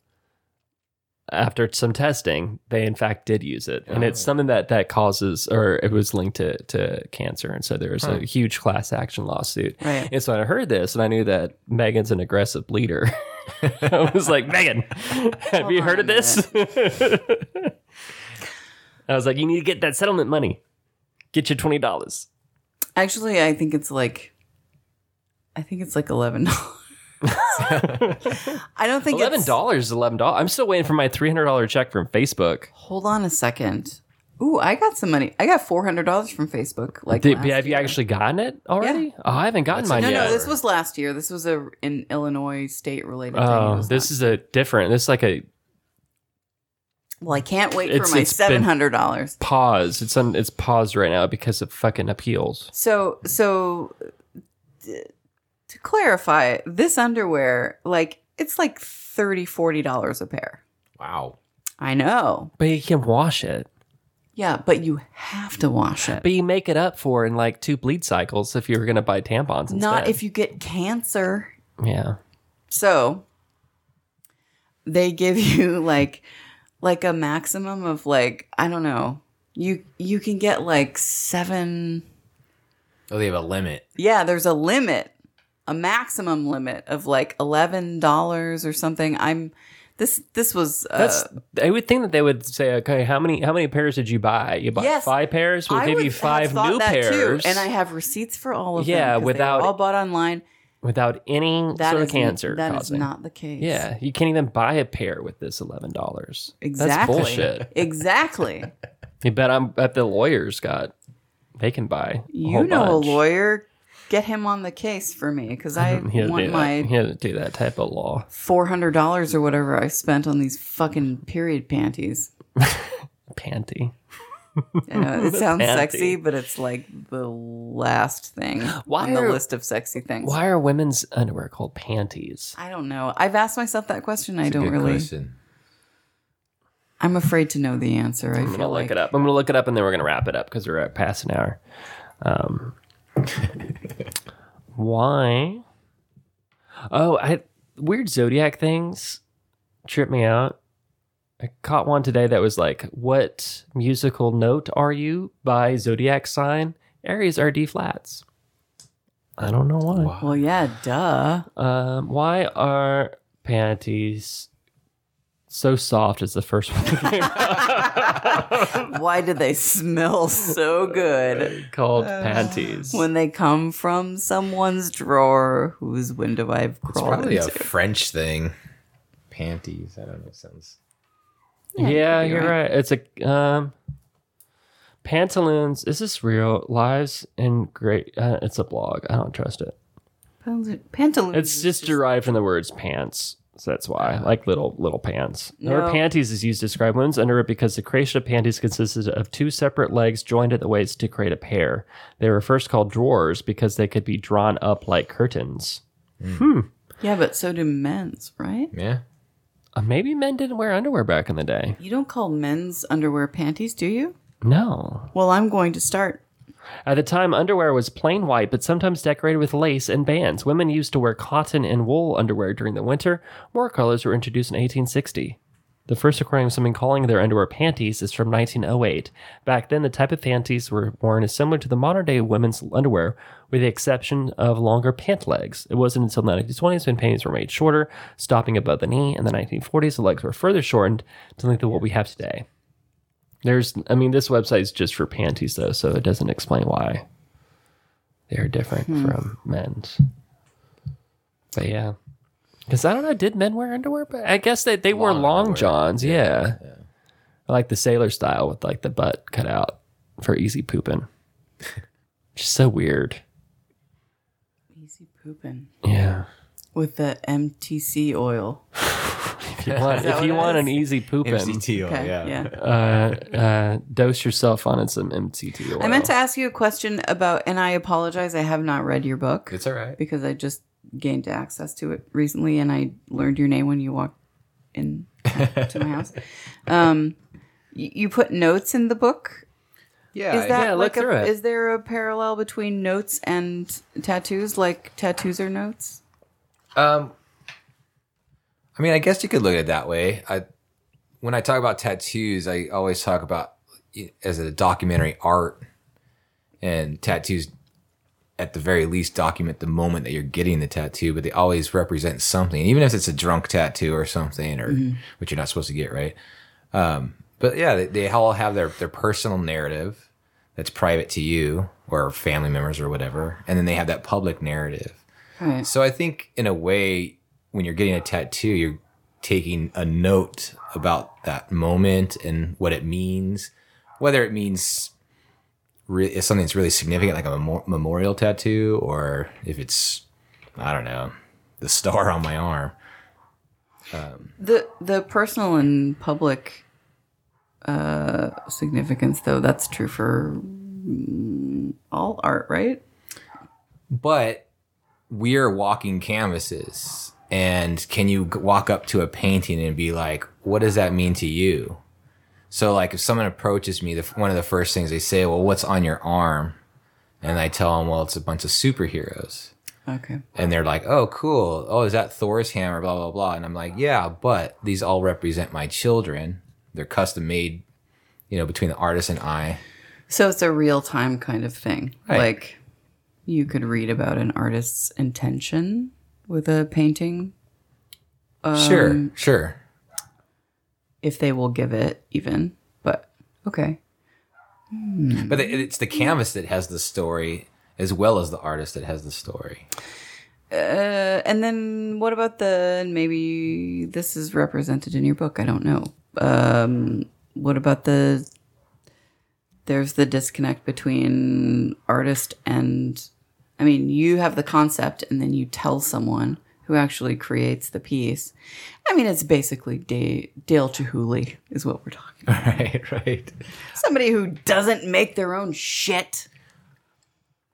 C: after some testing, they in fact did use it, and it's something that that causes or it was linked to to cancer, and so there was a huge class action lawsuit.
A: Right.
C: And so when I heard this, and I knew that Megan's an aggressive bleeder. I was like, Megan, have you
A: on
C: heard
A: a
C: of this? I was like, you need to get that settlement money. Get your twenty dollars.
A: Actually, I think it's like, I think it's like eleven dollars. I don't think
C: Eleven
A: it's-
C: dollars is eleven dollars. I'm still waiting for my three hundred dollar check from Facebook.
A: Hold on a second. Ooh, I got some money. I got four hundred dollars from Facebook. Like,
C: Did,
A: last
C: have you
A: year.
C: actually gotten it already? Oh, I haven't gotten mine
A: No,
C: yet.
A: no. This was last year. This was a an Illinois state related thing. It
C: oh,
A: was
C: this is a different. This is like a
A: not- well, I can't wait
C: it's-
A: for my
C: it's been-
A: seven hundred dollars.
C: pause. It's on. It's paused right now because of fucking appeals.
A: So, so d- to clarify, this underwear, like, it's like thirty, forty dollars a pair.
B: wow.
A: I know.
C: But you can wash it.
A: Yeah, but you have to wash it.
C: But you make it up for in like two bleed cycles if you were going to buy
A: Not
C: tampons. instead.
A: if you get cancer.
C: Yeah.
A: So they give you like like a maximum of like I don't know. You you can get like 7
B: Oh, they have a limit.
A: Yeah, there's a limit. A maximum limit of like $11 or something. I'm this this was uh,
C: That's. I would think that they would say, okay, how many how many pairs did you buy? You bought
A: Yes.
C: five pairs. We'll
A: I
C: give
A: would
C: you
A: have
C: five
A: thought
C: new
A: that too,
C: pairs,
A: and I have receipts for all of
C: Yeah,
A: them. 'cause they were
C: without-
A: all bought online.
C: without any
A: That
C: sort
A: is-
C: of cancer.
A: that is
C: causing.
A: not the case.
C: Yeah, you can't even buy a pair with this eleven dollars.
A: Exactly.
C: That's bullshit.
A: Exactly.
C: You bet. I'm bet the lawyers got. They can buy. a
A: You
C: whole
A: know
C: bunch.
A: a lawyer. Get him on the case for me because I
C: He doesn't
A: want
C: do
A: my
C: that. He doesn't do that type of law.
A: four hundred dollars or whatever I spent on these fucking period panties.
C: Panty.
A: I know, it sounds
C: Panty.
A: sexy, but it's like the last thing
C: Why
A: on the
C: are-
A: list of sexy things.
C: Why are women's underwear called panties?
A: I don't know. I've asked myself that question. I
B: It's a
A: don't
B: good
A: really.
B: question.
A: I'm afraid to know the answer. I
C: I'm gonna
A: feel
C: look
A: like
C: it up. I'm gonna look it up, and then we're gonna wrap it up because we're at past an hour. Um, why? Oh, I weird zodiac things trip me out. I caught one today that was like, "What musical note are you by zodiac sign?" Aries are D flats. I don't know why.
B: Wow.
A: Well, yeah, duh.
C: Um, why are panties So soft is the first one that came
A: Why do they smell so good
C: out called panties.
A: when they come from someone's drawer whose window I've
B: It's
A: crawled
B: probably a
A: into?
B: French thing. Panties. I don't know. Sounds.
C: yeah,
A: could be
C: you're right. It's a um, pantaloons. Is this real? Lives and great. Uh, it's a blog. I don't trust it.
A: Pantaloons. Pantaloons.
C: Mm, It's just Ah. derived from the words pants. So that's why, like little little pants. The word
A: No.
C: panties is used to describe women's underwear because the creation of panties consisted of two separate legs joined at the waist to create a pair. They were first called drawers because they could be drawn up like curtains.
A: yeah, but so do men's, right?
B: Yeah.
C: Uh, maybe men didn't wear underwear back in the day.
A: You don't call men's underwear panties, do you?
C: No.
A: Well, I'm going to start.
C: At the time, underwear was plain white, but sometimes decorated with lace and bands. Women used to wear cotton and wool underwear during the winter. More colors were introduced in 1860. The first recording of someone calling their underwear panties is from 1908. Back then, the type of panties were worn is similar to the modern day women's underwear, with the exception of longer pant legs. It wasn't until the 1920s when panties were made shorter, stopping above the knee. In the 1940s, the legs were further shortened to length of what we have today. There's, I mean, this website is just for panties though, so it doesn't explain why they're different
A: Hmm.
C: from men's. But yeah, because I don't know, did men wear underwear? But I guess they they wore
B: Long
C: long
B: underwear.
C: johns, yeah. like the sailor style with like the butt cut out for easy pooping. just so weird.
A: Easy pooping
C: Yeah.
A: with the MTC oil.
B: Oh,
C: If you want, if
A: what
C: you
A: it
C: want
A: is?
C: an easy pooping,
B: MCT.
A: Okay,
B: yeah.
A: yeah.
C: uh, uh, dose yourself on some MCT oil.
A: I meant to ask you a question about, and I apologize, I have not read your book
B: It's all right.
A: because I just gained access to it recently, and I learned your name when you walked in to my house. Um, y- you put notes in the book.
B: Yeah.
A: Is that
C: yeah, look
A: like
C: through
A: a,
C: it.
A: is there a parallel between notes and tattoos? Like tattoos are notes?
B: Um, I mean, I guess you could look at it that way. I, when I talk about tattoos, I always talk about it as a documentary art, and tattoos, at the very least, document the moment that you're getting the tattoo, but they always represent something, even if it's a drunk tattoo or something, or which you're not supposed to get, right? Um, but yeah, they, they all have their their personal narrative that's private to you or family members or whatever, and then they have that public narrative.
A: Right.
B: So I think in a way, when you're getting a tattoo, you're taking a note about that moment and what it means, whether it means re- if something's really significant, like a memo- memorial tattoo, or if it's, I don't know, the star on my arm.
A: The the personal and public uh, significance, though, that's true for mm, all art, right?
B: but we're walking canvases and can you g- walk up to a painting and be like what does that mean to you so like if someone approaches me the, f- one of the first things they say well what's on your arm and i tell them well it's a bunch of superheroes
A: Okay.
B: and they're like oh cool oh is that thor's hammer blah blah blah and i'm like yeah but these all represent my children they're custom made you know between the artist and i
A: So it's a real time kind of thing.
B: Right.
A: Like you could read about an artist's intention with a painting Um,
B: sure sure
A: if they will give it even. But okay.
B: But it- it's the canvas that has the story as well as the artist that has the story.
A: Uh, and then what about the maybe this is represented in your book? I don't know. Um, what about the there's the disconnect between artist and I mean, you have the concept and then you tell someone who actually creates the piece. I mean, it's basically da- Dale Chihuly is what we're talking about.
B: Right, right.
A: Somebody who doesn't make their own shit.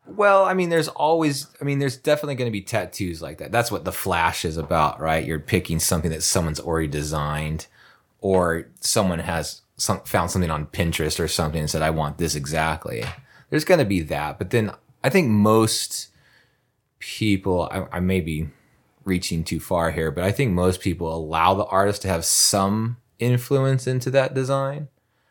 B: Well, I mean, there's always, I mean, there's definitely going to be tattoos like that. That's what the flash is about, right? You're picking something that someone's already designed, or someone has some, found something on Pinterest or something and said, "I want this exactly." There's going to be that, but then I think most people, I, I may be reaching too far here, but I think most people allow the artist to have some influence into that design.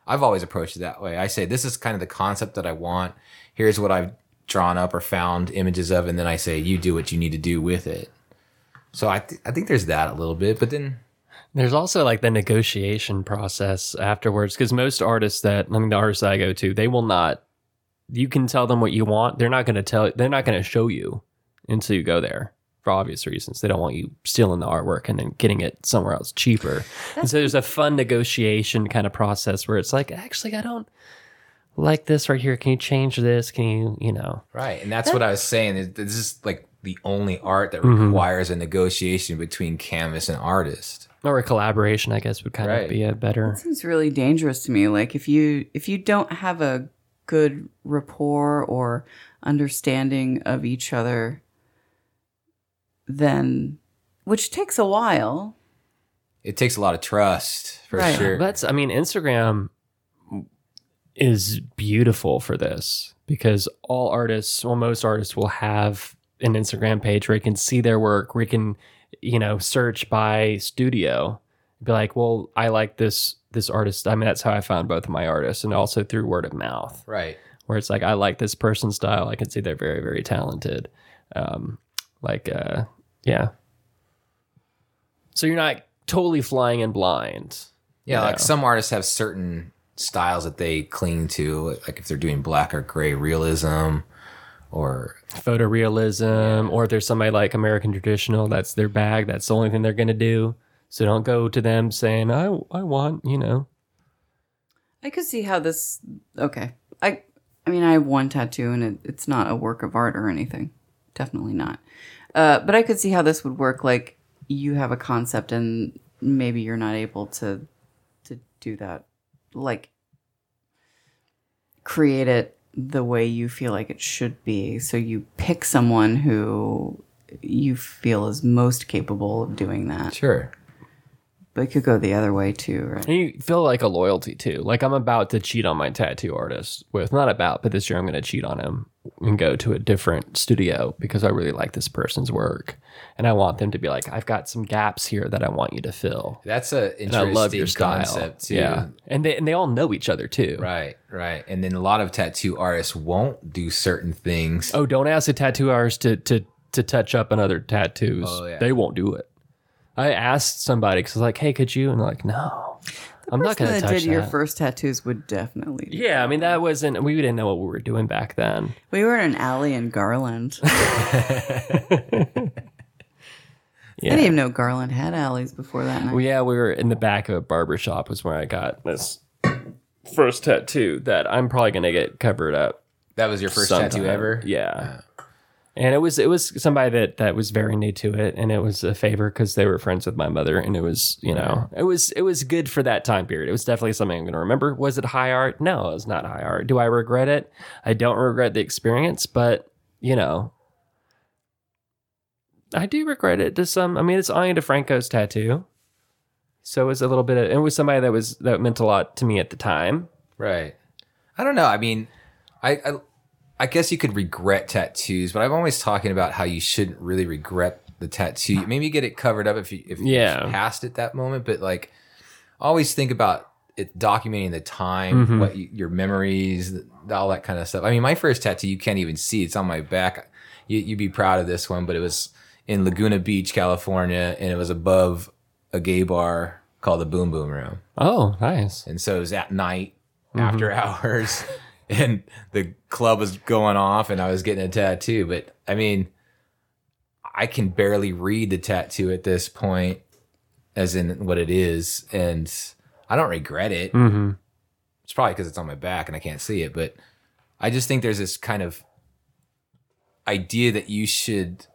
B: I've always approached it that way. I say, this is kind of the concept that I want. Here's what I've drawn up or found images of. And then I say, you do what you need to do with it. So I, th- I think there's that a little bit, but then
C: There's also like the negotiation process afterwards because most artists that I mean the artists I go to, they will not. You can tell them what you want. They're not going to tell. They're not going to show you until you go there for obvious reasons. They don't want you stealing the artwork and then getting it somewhere else cheaper. and so there's a fun negotiation kind of process where it's like, actually, I don't like this right here. Can you change this? Can you, you know?
B: Right. And that's what I was saying. is This is like the only art that requires a negotiation between canvas and artist.
C: Or a collaboration, I guess, would kind
B: Right.
C: of be a better.
A: seems really dangerous to me. Like if you if you don't have a good rapport or understanding of each other, then which takes a while.
B: It takes a lot of trust for
A: Right.
B: sure.
C: That's, I mean, Instagram is beautiful for this because all artists, well, most artists will have an Instagram page where you can see their work, where you can, you know, search by studio, be like, well, I like this this artist. I mean, that's how I found both of my artists, and also through word of mouth,
B: right.
C: where it's like, I like this person's style. I can see they're very, very talented. Um, like, uh, yeah. So you're not totally flying in blind.
B: Yeah,
C: Yeah.
B: like some artists have certain styles that they cling to, like if they're doing black or gray realism or
C: photorealism or if there's somebody like American traditional, that's their bag. That's the only thing they're going to do. So don't go to them saying, I, I want, you know.
A: I could see how this okay. I I mean I have one tattoo and it, it's not a work of art or anything. Definitely not. Uh, but I could see how this would work. Like you have a concept and maybe you're not able to to do that. Like create it the way you feel like it should be. So you pick someone who you feel is most capable of doing that.
B: sure.
A: But it could go the other way too, right?
C: And you feel like a loyalty too. Like I'm about to cheat on my tattoo artist with, not about, but this year I'm going to cheat on him and go to a different studio because I really like this person's work. And I want them to be like, I've got some gaps here that I want you to fill.
B: That's an
C: And I
B: interesting
C: love your style.
B: concept too.
C: Yeah. And they, and they all know each other too.
B: Right, right. And then a lot of tattoo artists won't do certain things.
C: Oh, don't ask a tattoo artist to to to touch up another tattoos.
B: Oh, yeah.
C: They won't do it. I asked somebody because I was like, "Hey, could you?" And they're like, "No, I'm not going
A: Person that
C: to touch
A: did your
C: that."
A: first tattoos would definitely do
C: yeah, I mean that wasn't. We didn't know what we were doing back then.
A: We were in an alley in Garland. I didn't even know Garland had alleys before that night.
C: Well, yeah, we were in the back of a barber shop was where I got this first tattoo that I'm probably going to get covered up
B: That was your first tattoo
C: sometime.
B: ever?
C: Yeah. And it was it was somebody that that was very new to it, and it was a favor because they were friends with my mother, and it was you know it was it was good for that time period. It was definitely something I'm going to remember. Was it high art? No, it was not high art. Do I regret it? I don't regret the experience, but you know, I do regret it to some. I mean, it's Anya DeFranco's tattoo, so it was a little bit. Of, it was somebody that was that meant a lot to me at the time.
B: Right. I don't know. I mean, I, I I guess you could regret tattoos, but I'm always talking about how you shouldn't really regret the tattoo. Maybe you get it covered up if you if
C: Yeah.
B: you passed it that moment, but like always think about it documenting the time,
C: Mhm.
B: what you, your memories, th- all that kind of stuff. I mean, my first tattoo you can't even see; it's on my back. You, you'd be proud of this one, but it was in Laguna Beach, California, and it was above a gay bar called the Boom Boom Room.
C: Oh, nice.
B: And so it was at night
C: Mm-hmm.
B: after hours and the club was going off and I was getting a tattoo. But I mean, I can barely read the tattoo at this point as in what it is. And I don't regret it.
C: Mm-hmm.
B: It's probably because it's on my back and I can't see it. But I just think there's this kind of idea that you should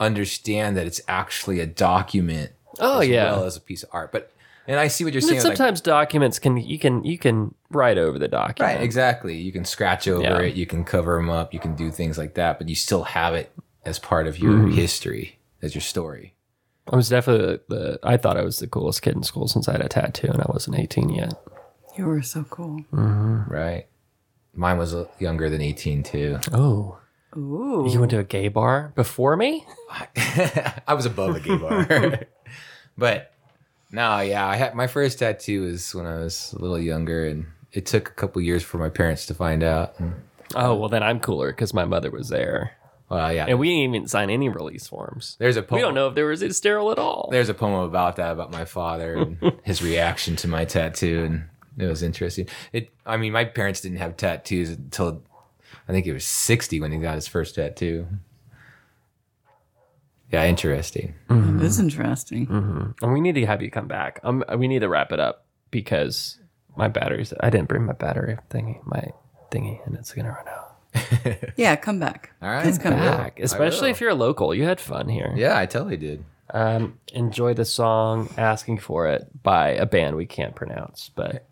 B: understand that it's actually a document
C: Oh,
B: as
C: yeah.
B: well as a piece of art. But and I see what you're
C: And
B: saying. like-
C: sometimes documents can you can you can write over the document.
B: Right, exactly. You can scratch over
C: Yeah.
B: it, you can cover them up, you can do things like that, but you still have it as part of your history, as your story.
C: I was definitely the I thought I was the coolest kid in school since I had a tattoo and I wasn't 18 yet.
A: You were so cool.
B: Mm-hmm. Right. Mine was uh, younger than 18 too.
C: Oh,
A: Ooh.
C: you went to a gay bar before me?
B: I was above a gay bar. but no, yeah, I had my first tattoo was when I was a little younger and it took a couple years for my parents to find out.
C: Oh well, then I'm cooler because my mother was there.
B: Well, yeah.
C: And we didn't even sign any release forms.
B: there's a poem.
C: We don't know if there was it's sterile at all.
B: There's a poem about that about my father and his reaction to my tattoo, and it was interesting. It. I mean, my parents didn't have tattoos until I think he was 60 when he got his first tattoo. Yeah, interesting.
A: That's interesting.
B: Mm-hmm.
C: And we need to have you come back. Um, we need to wrap it up because my batteries. I didn't bring my battery thingy, my thingy, and it's gonna run out.
A: Yeah, come back.
B: All right.
A: Please come back.
C: Back, especially if you're a local. You had fun here.
B: Yeah, I totally did.
C: Um, enjoy the song "Asking for It" by a band we can't pronounce, but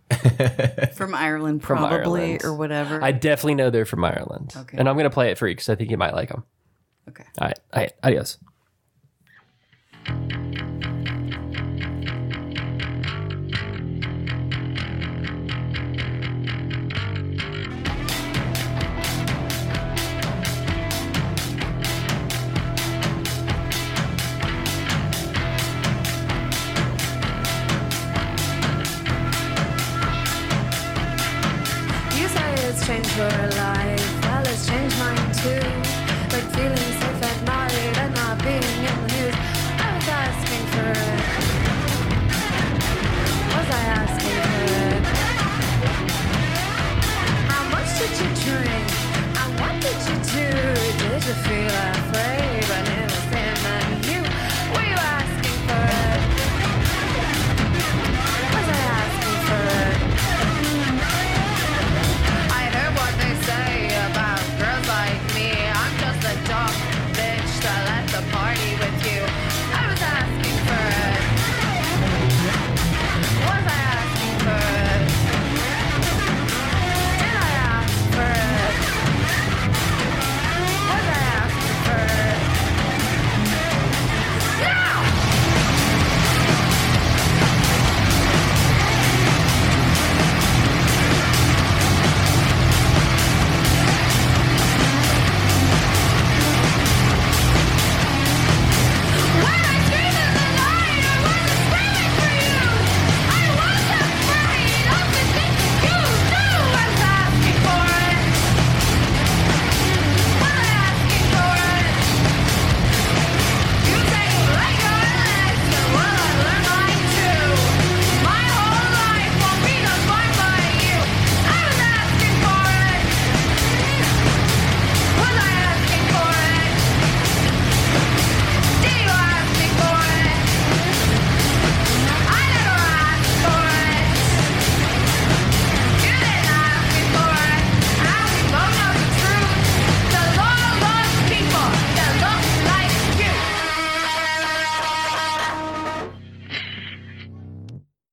A: From Ireland, probably,
C: Ireland.
A: or whatever.
C: I definitely know they're from Ireland.
A: Okay.
C: And I'm gonna play it for you because I think you might like them.
A: okay.
C: All right, all right, adios.
D: You say it's changed your life. Well, it's changed mine too. Like feeling